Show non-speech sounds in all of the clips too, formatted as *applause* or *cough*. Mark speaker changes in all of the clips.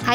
Speaker 1: Hi,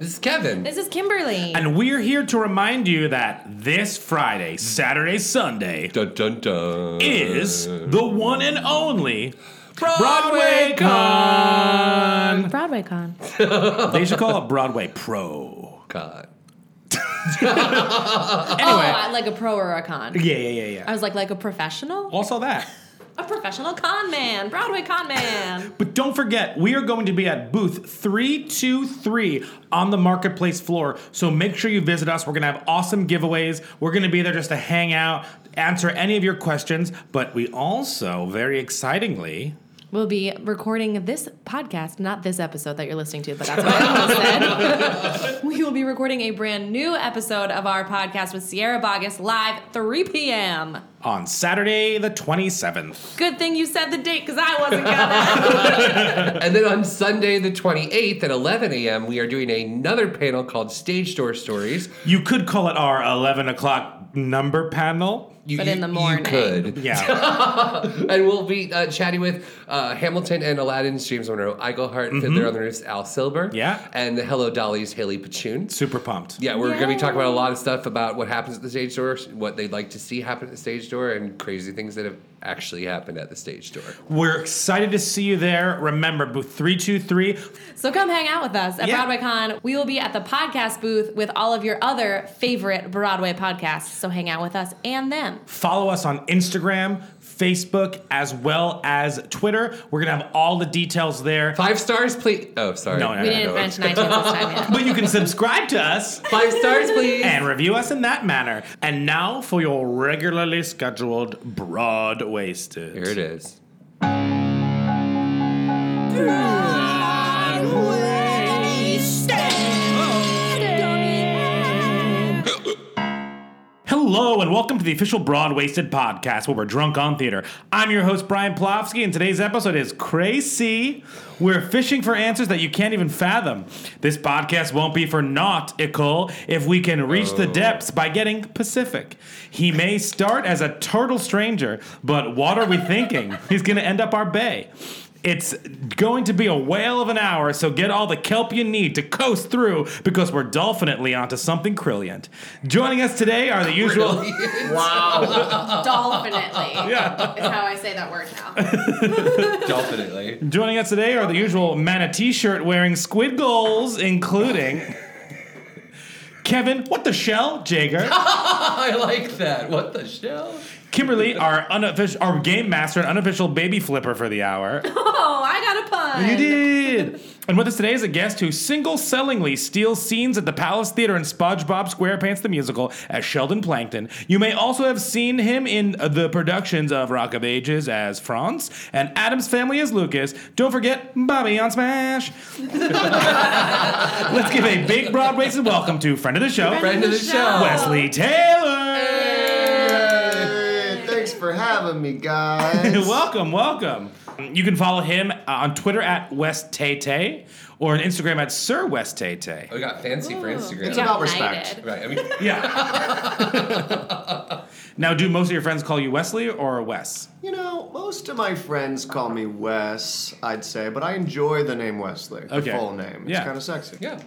Speaker 2: This is Kevin.
Speaker 3: This is Kimberly.
Speaker 4: And we're here to remind you that this Friday, Saturday, Sunday
Speaker 2: dun, dun, dun.
Speaker 4: is the one and only Broadway Con.
Speaker 3: Broadway Con.
Speaker 4: *laughs* They should call it Broadway Pro.
Speaker 2: God.
Speaker 3: Oh, like a pro or a con.
Speaker 4: Yeah, yeah, yeah, yeah.
Speaker 3: I was like, like a professional?
Speaker 4: Also that.
Speaker 3: A professional con man. Broadway con man.
Speaker 4: But don't forget, we are going to be at booth 323 on the marketplace floor. So make sure you visit us. We're going to have awesome giveaways. We're going to be there just to hang out, answer any of your questions. But we also, very excitingly,
Speaker 3: We'll be recording this podcast, not this episode that you're listening to, but that's what I
Speaker 5: *laughs*
Speaker 3: almost said. we will be recording a brand new episode of our podcast with Sierra Bogus live 3 p.m.
Speaker 4: on Saturday the 27th.
Speaker 3: Good thing you said the date because I wasn't gonna.
Speaker 2: *laughs* And then on Sunday, the 28th at 11 a.m., we are doing another panel called Stage Door Stories.
Speaker 4: You could call it our 11 o'clock number panel.
Speaker 2: You,
Speaker 3: But in the
Speaker 2: you-
Speaker 3: morning.
Speaker 2: You could.
Speaker 4: Yeah.
Speaker 2: And we'll be uh, chatting with uh, Hamilton and Aladdin's James Monroe Eigelhart, Fiddler on the Roof's Al Silber.
Speaker 4: Yeah.
Speaker 2: And the Hello Dolly's Haley Pachoon.
Speaker 4: Super pumped.
Speaker 2: Yeah, we're going to be talking about a lot of stuff about what happens at the stage door, what they'd like to see happen at the stage door, and crazy things that have actually happened at the stage door.
Speaker 4: We're excited to see you there. Remember, booth 323.
Speaker 3: so come hang out with us at
Speaker 4: Yeah.
Speaker 3: Broadway Con. We will be at the podcast booth with all of your other favorite Broadway podcasts. So hang out with us and them.
Speaker 4: Follow us on Instagram, Facebook, as well as Twitter. We're going to have all the details there.
Speaker 2: Five stars, please. Oh, sorry.
Speaker 4: No, no,
Speaker 3: We
Speaker 4: no,
Speaker 3: didn't
Speaker 2: no.
Speaker 3: mention iTunes this time
Speaker 4: *laughs*
Speaker 3: yet.
Speaker 4: But you can subscribe to us
Speaker 2: Five stars, please.
Speaker 4: and review us in that manner. And now for your regularly scheduled broad waisted.
Speaker 2: Here it is.
Speaker 4: Hello, and welcome to the official Broad Waisted podcast where we're drunk on theater. I'm your host, Brian Plofsky, and today's episode is crazy. We're fishing for answers that you can't even fathom. This podcast won't be for naught, Icole, if we can reach
Speaker 6: Oh.
Speaker 4: the depths by getting Pacific. He may start as a turtle stranger, but what are we thinking? He's going to end up our bay. It's going to be a whale of an hour, so get all the kelp you need to coast through because we're dolphinately onto something brilliant. Joining us today are the usual.
Speaker 3: Dolphinately.
Speaker 4: Yeah.
Speaker 3: Is how I say that word now.
Speaker 2: Definitely.
Speaker 4: Joining us today are the usual manatee shirt wearing squid goals, including Kevin, what the shell, Jager,
Speaker 2: I like that. What the shell?
Speaker 4: Kimberly, our unofficial, our game master and unofficial baby flipper for the hour.
Speaker 3: Oh, I got a pun.
Speaker 4: You did. And with us today is a guest who single-sellingly steals scenes at the Palace Theater in SpongeBob SquarePants the Musical as Sheldon Plankton. You may also have seen him in uh, the productions of Rock of Ages as Franz and Adam's Family as Lucas. Don't forget Bobby on Smash. Let's give a big broad waisted welcome to friend of the show,
Speaker 2: Friend of the show.
Speaker 4: Wesley Taylor.
Speaker 7: Hey, thanks for having me, guys.
Speaker 4: welcome, welcome. You can follow him uh, on Twitter at West Tay Tay or on Instagram at Sir West Tay Tay.
Speaker 2: We got fancy for Instagram.
Speaker 8: *laughs*
Speaker 7: It's about respect.
Speaker 2: Right. I mean,
Speaker 4: Yeah.
Speaker 8: Now, do most of your friends call you Wesley or Wes?
Speaker 6: You know, most of my friends call me Wes, I'd say, but I enjoy the name Wesley, the
Speaker 8: Okay.
Speaker 6: full name. It's
Speaker 8: Yeah.
Speaker 6: kind of sexy.
Speaker 9: Yeah.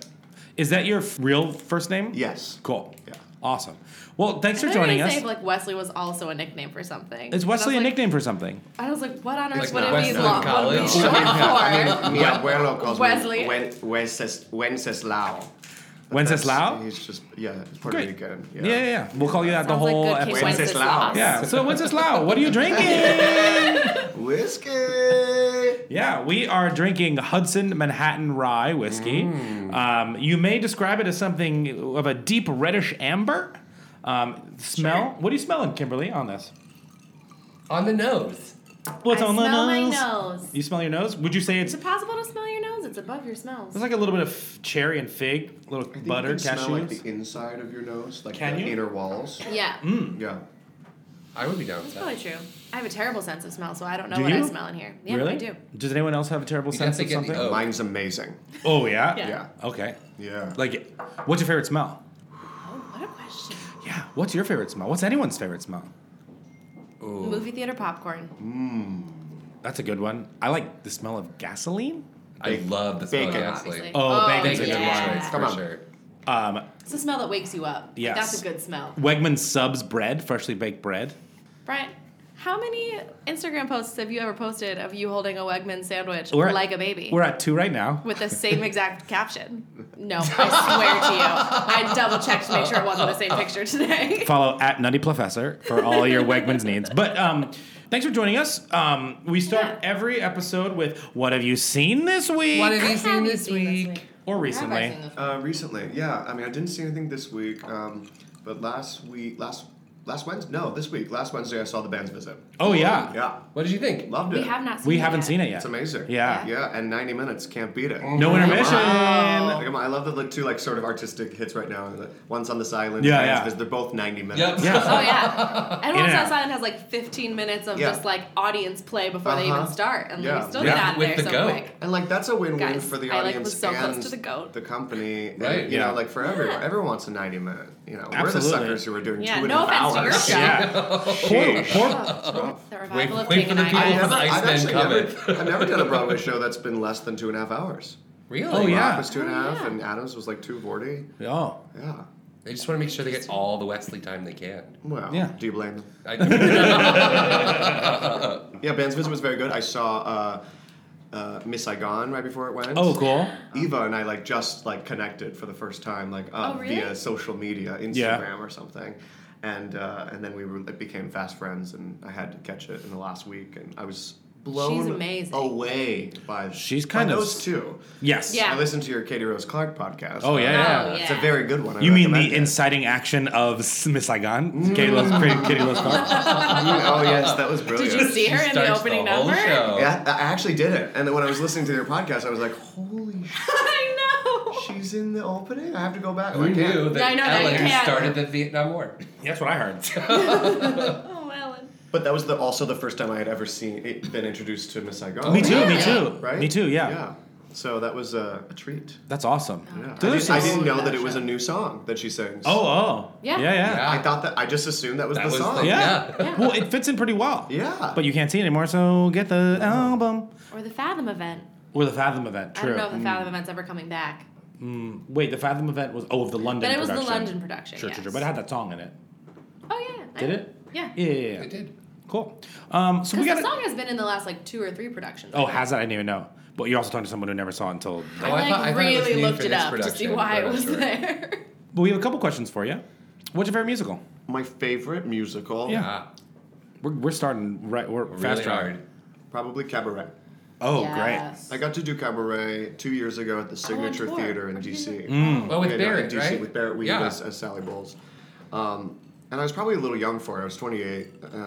Speaker 8: Is that your f- real first name?
Speaker 6: Yes.
Speaker 8: Cool. Yeah. Awesome. Well, thanks for
Speaker 4: I
Speaker 8: joining
Speaker 4: was
Speaker 8: us.
Speaker 4: saying, like Wesley was also a nickname for something.
Speaker 8: Is Wesley a
Speaker 4: And I was like-
Speaker 8: nickname for something?
Speaker 4: I was like, what on
Speaker 8: Like
Speaker 4: earth would it be?
Speaker 8: Wesley
Speaker 4: long- What would it be
Speaker 8: College?
Speaker 4: short
Speaker 6: I
Speaker 4: for?
Speaker 6: mean, Mi abuelo calls
Speaker 4: Wesley.
Speaker 6: me Wen- Wences- Wenceslao.
Speaker 8: Wenceslao?
Speaker 6: He's just, yeah, he's Puerto
Speaker 8: Great.
Speaker 6: Rican.
Speaker 8: Yeah, yeah, yeah. We'll call you that the
Speaker 6: Sounds like
Speaker 8: whole
Speaker 6: good Kate
Speaker 8: episode.
Speaker 6: Wenceslao.
Speaker 8: Yeah. So Wenceslao, what are you drinking?
Speaker 6: Whiskey.
Speaker 8: Yeah, we are drinking Hudson Manhattan Rye whiskey.
Speaker 6: Mm.
Speaker 8: Um, you may describe it as something of a deep reddish amber um, smell. What are you smelling, Kimberly, on this?
Speaker 9: On the nose.
Speaker 8: What's
Speaker 4: I
Speaker 8: on the
Speaker 4: smell my
Speaker 8: nose?
Speaker 4: nose.
Speaker 8: You smell your nose? Would you say it's
Speaker 4: Is it possible to smell your nose? It's above your smells.
Speaker 8: There's like a little bit of f- cherry and fig, a little
Speaker 6: I think
Speaker 8: butter,
Speaker 6: you can
Speaker 8: cashews.
Speaker 6: smell like the inside of your nose, like
Speaker 8: Can
Speaker 6: the
Speaker 8: you?
Speaker 6: inner walls.
Speaker 4: Yeah.
Speaker 6: Yeah.
Speaker 9: I would be down with
Speaker 4: That's probably true. I have a terrible sense of smell, so I don't know
Speaker 8: Do
Speaker 4: what
Speaker 8: you?
Speaker 4: I smell in here. Yeah,
Speaker 8: really?
Speaker 4: I do.
Speaker 8: Does anyone else have a terrible
Speaker 6: You
Speaker 8: sense of
Speaker 6: definitely get the
Speaker 8: something?
Speaker 6: oak. Mine's amazing.
Speaker 8: Oh yeah?
Speaker 4: Yeah. Yeah.
Speaker 8: Okay.
Speaker 6: Yeah.
Speaker 8: Like, what's your favorite smell?
Speaker 4: Oh, What a question.
Speaker 8: Yeah. What's your favorite smell? What's anyone's favorite smell?
Speaker 4: Movie theater popcorn.
Speaker 8: Mmm. That's a good one. I like the smell of gasoline.
Speaker 9: I love the smell of Bacon. gasoline.
Speaker 8: Oh, oh
Speaker 4: Oh,
Speaker 8: bacon's a
Speaker 4: yeah.
Speaker 8: good one.
Speaker 4: Come
Speaker 9: on.
Speaker 8: Um,
Speaker 4: It's the smell that wakes you up. Like,
Speaker 8: Yes.
Speaker 4: That's a good smell.
Speaker 8: Wegman subs bread, freshly baked bread.
Speaker 4: Brian, how many Instagram posts have you ever posted of you holding a Wegman sandwich
Speaker 8: We're at-
Speaker 4: like a baby?
Speaker 8: We're at two right now.
Speaker 4: with the same exact caption. No, I swear to you. I double checked to make sure it wasn't the same picture today.
Speaker 8: *laughs* Follow at Nutty Professor for all your Wegman's
Speaker 4: *laughs*
Speaker 8: needs. But um, thanks for joining us. Um, we start every episode with "What have you seen this week?"
Speaker 9: What have you seen this week?
Speaker 8: Or recently.
Speaker 6: Uh, recently, yeah. I mean, I didn't see anything this week, um, but last week, last last Wednesday, no, this week, last Wednesday, I saw the band's visit.
Speaker 8: Oh yeah.
Speaker 6: Yeah.
Speaker 9: What did you think?
Speaker 6: Loved it.
Speaker 4: We have not seen
Speaker 8: We
Speaker 4: it
Speaker 8: haven't
Speaker 4: yet.
Speaker 8: seen it yet.
Speaker 6: It's amazing.
Speaker 8: Yeah.
Speaker 6: Yeah, and 90 minutes can't beat it.
Speaker 8: No intermission.
Speaker 6: Wow. Like, I love the like, two like sort of artistic hits right now. The One's on this island.
Speaker 8: Yeah,
Speaker 6: Band's
Speaker 8: yeah.
Speaker 6: Visit, They're both 90
Speaker 8: *laughs*
Speaker 6: minutes.
Speaker 8: Yeah.
Speaker 4: Oh
Speaker 6: *laughs*
Speaker 4: yeah. And once
Speaker 6: Yeah.
Speaker 4: outside and has like 15 minutes of
Speaker 6: Yeah.
Speaker 4: just like audience play before they
Speaker 6: Uh-huh.
Speaker 4: even start, and
Speaker 6: Yeah.
Speaker 4: we still get out there so quick.
Speaker 6: And like that's a win-win
Speaker 4: Guys,
Speaker 6: for the
Speaker 4: I, like,
Speaker 6: audience
Speaker 4: was so
Speaker 6: and
Speaker 4: close to the goat.
Speaker 6: company. and,
Speaker 8: Right.
Speaker 6: you
Speaker 8: Yeah.
Speaker 6: know, like for everyone. Everyone wants a 90 minute. You know, we're the
Speaker 8: Absolutely.
Speaker 6: suckers who are doing
Speaker 4: Yeah,
Speaker 6: two and a
Speaker 4: no
Speaker 6: half
Speaker 4: offense to your
Speaker 6: hours.
Speaker 4: show.
Speaker 6: Yeah.
Speaker 8: Poor-
Speaker 4: The revival
Speaker 9: Wait-
Speaker 4: of
Speaker 9: wait
Speaker 4: King
Speaker 9: for
Speaker 4: and
Speaker 9: the
Speaker 4: I.
Speaker 9: people
Speaker 6: I've
Speaker 9: from
Speaker 6: never, I've
Speaker 9: Iceman
Speaker 6: actually
Speaker 9: coming.
Speaker 6: never, I've never done a Broadway show that's been less than two and a half hours.
Speaker 9: Really?
Speaker 6: Rock
Speaker 9: Oh, yeah.
Speaker 6: was two and a half, and Adams was like two forty.
Speaker 8: Oh.
Speaker 6: Yeah.
Speaker 9: They just want to make sure they get all the Wesley time they can.
Speaker 6: Well,
Speaker 9: Yeah.
Speaker 6: do you blame them?
Speaker 4: *laughs*
Speaker 9: I
Speaker 6: yeah, Band's Visit was very good. I saw uh, uh, Miss Saigon right before it went.
Speaker 8: Oh, cool.
Speaker 6: Eva and I like just like connected for the first time, like uh,
Speaker 4: Um, Oh, really?
Speaker 6: via social media, Instagram
Speaker 8: Yeah.
Speaker 6: or something. And uh, and then we were, like, became fast friends, and I had to catch it in the last week, and I was blown
Speaker 4: amazing.
Speaker 6: away by she's
Speaker 8: kind
Speaker 6: by
Speaker 8: of-
Speaker 6: those two.
Speaker 8: Yes. Yeah.
Speaker 6: I listened to your Katie Rose Clark podcast.
Speaker 8: Oh, yeah, yeah. Oh,
Speaker 6: it's a
Speaker 8: yeah.
Speaker 6: very good one. I
Speaker 8: You mean
Speaker 6: recommend Mm.
Speaker 8: the inciting action of S- Miss Saigon? Katie Loves
Speaker 6: *laughs*
Speaker 8: Katie Loves Clark?
Speaker 6: oh yes, that was brilliant.
Speaker 4: Did you see her in the opening number?
Speaker 6: Yeah, I actually did it. And then when I was listening to their podcast, I was like, holy
Speaker 4: *laughs* I know.
Speaker 6: She's in the opening. I have to go back.
Speaker 9: Who
Speaker 6: I can't.
Speaker 9: knew that
Speaker 4: I know, now you
Speaker 9: Ellen
Speaker 4: can.
Speaker 9: started the Vietnam War?
Speaker 8: That's what I heard.
Speaker 4: Oh, Ellen.
Speaker 6: But that was the, also the first time I had ever seen it, been introduced to Miss Saigon.
Speaker 8: Me too, me too.
Speaker 6: Right?
Speaker 8: Me too, yeah.
Speaker 6: Yeah. So that was a, a treat.
Speaker 8: That's awesome.
Speaker 6: Yeah. I,
Speaker 8: Dude,
Speaker 6: didn't, I didn't
Speaker 8: it's-
Speaker 6: know that it was a new song that she sings.
Speaker 8: Oh, oh. Yeah. Yeah, yeah.
Speaker 6: I thought that I just assumed that was the
Speaker 8: was
Speaker 6: song.
Speaker 8: the- Oh, yeah. Well, it fits in pretty well.
Speaker 6: Yeah.
Speaker 8: But you can't see it anymore, so get the album.
Speaker 4: Or the Fathom event.
Speaker 8: Or the Fathom event,
Speaker 4: I
Speaker 8: true.
Speaker 4: don't know if the Fathom event's ever coming back.
Speaker 8: Mm, mm. Wait, the Fathom event was, oh, of the London
Speaker 4: But it was the
Speaker 8: production.
Speaker 4: London production,
Speaker 8: Sure, sure, sure.
Speaker 4: yes.
Speaker 8: But it had that song in it.
Speaker 4: Oh yeah. I
Speaker 8: Did
Speaker 4: know.
Speaker 8: it?
Speaker 4: Yeah.
Speaker 8: Yeah, yeah, yeah.
Speaker 9: It did.
Speaker 8: Cool. Um, so
Speaker 4: Because
Speaker 8: we got
Speaker 4: the
Speaker 8: to.
Speaker 4: song has been in the last like two or three productions.
Speaker 8: Oh, has it? I didn't even know. But you're also talking to someone who never saw it until.
Speaker 9: Oh,
Speaker 4: I like really looked it up to see why it was
Speaker 8: sure.
Speaker 4: there.
Speaker 8: But we have a couple questions for you. What's your favorite musical?
Speaker 6: My favorite musical.
Speaker 8: Yeah.
Speaker 9: Ah.
Speaker 8: We're, we're starting right. We're fast hard.
Speaker 6: Probably Cabaret.
Speaker 8: Oh,
Speaker 6: I got to do Cabaret two years ago
Speaker 4: Oh,
Speaker 6: at the Signature
Speaker 9: tour.
Speaker 6: Theater in DC.
Speaker 9: Mm. Well, with
Speaker 6: Yeah, no,
Speaker 9: Barrett,
Speaker 6: in DC,
Speaker 9: right?
Speaker 6: With Barrett uh, Weed
Speaker 9: Yeah.
Speaker 6: as, as Sally Bowles. Um, and I was probably a little young for it. I was 28. Uh,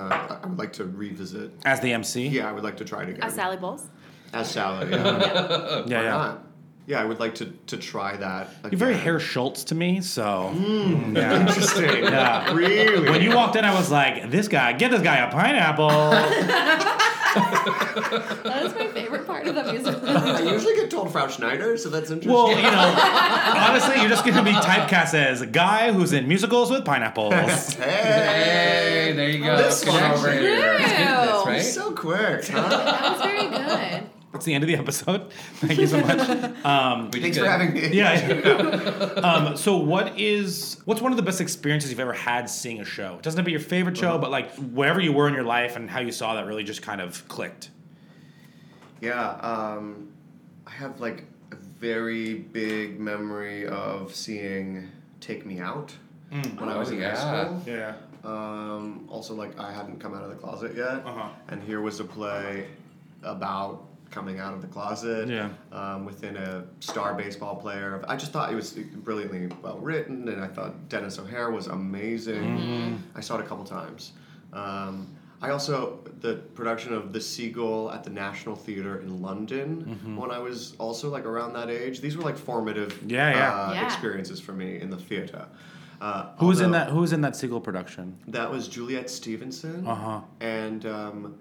Speaker 6: I would like to revisit.
Speaker 8: As the MC?
Speaker 6: Yeah, I would like to try it again.
Speaker 4: As Sally Bowles.
Speaker 6: As Sally, yeah.
Speaker 8: Yeah,
Speaker 6: Why
Speaker 8: yeah.
Speaker 6: not? Yeah, I would like to, to try that. Again.
Speaker 8: You're very Herr Schultz to me, so.
Speaker 6: *laughs* Interesting.
Speaker 8: *laughs* Yeah.
Speaker 6: Really?
Speaker 8: When you walked in, I was *laughs* like, this guy, get this guy a pineapple.
Speaker 4: That is my favorite part part of that musical?
Speaker 6: I usually get told Frau Schneider, so that's interesting.
Speaker 8: Well, you know, honestly, you're just going to be typecast as a guy who's in musicals with pineapples.
Speaker 6: *laughs*
Speaker 9: Hey, there you go.
Speaker 6: This
Speaker 9: Come
Speaker 6: one.
Speaker 9: over here.
Speaker 6: Ew.
Speaker 9: That's right.
Speaker 6: So quick,
Speaker 4: that
Speaker 6: huh?
Speaker 4: was very good.
Speaker 8: That's the end of the episode. Thank you so much. Um,
Speaker 6: *laughs* Thanks for having me.
Speaker 8: Yeah. um, so, what is what's one of the best experiences you've ever had seeing a show? It doesn't have to be your favorite show, but like wherever you were in your life and how you saw that really just kind of clicked.
Speaker 6: Yeah, um, I have like a very big memory of seeing Take Me Out
Speaker 8: Mm.
Speaker 6: when I
Speaker 9: Oh,
Speaker 6: was in high
Speaker 9: yeah.
Speaker 6: school.
Speaker 8: Yeah.
Speaker 6: Um, also, like I hadn't come out of the closet yet,
Speaker 8: Uh-huh.
Speaker 6: and here was a play about coming out of the closet.
Speaker 8: Yeah.
Speaker 6: Um, within a star baseball player, I just thought it was brilliantly well written, and I thought Dennis O'Hare was amazing.
Speaker 8: Mhm.
Speaker 6: I saw it a couple times. Um, I also the production of The Seagull at the National Theatre in London
Speaker 8: Mhm.
Speaker 6: when I was also like around that age. These were like formative
Speaker 8: Yeah, yeah.
Speaker 6: Uh,
Speaker 4: Yeah.
Speaker 6: experiences for me in the theatre. Uh,
Speaker 8: Who was in
Speaker 6: although-
Speaker 8: that? Who was in that sequel production?
Speaker 6: that was Juliet Stevenson.
Speaker 8: Uh huh.
Speaker 6: And um,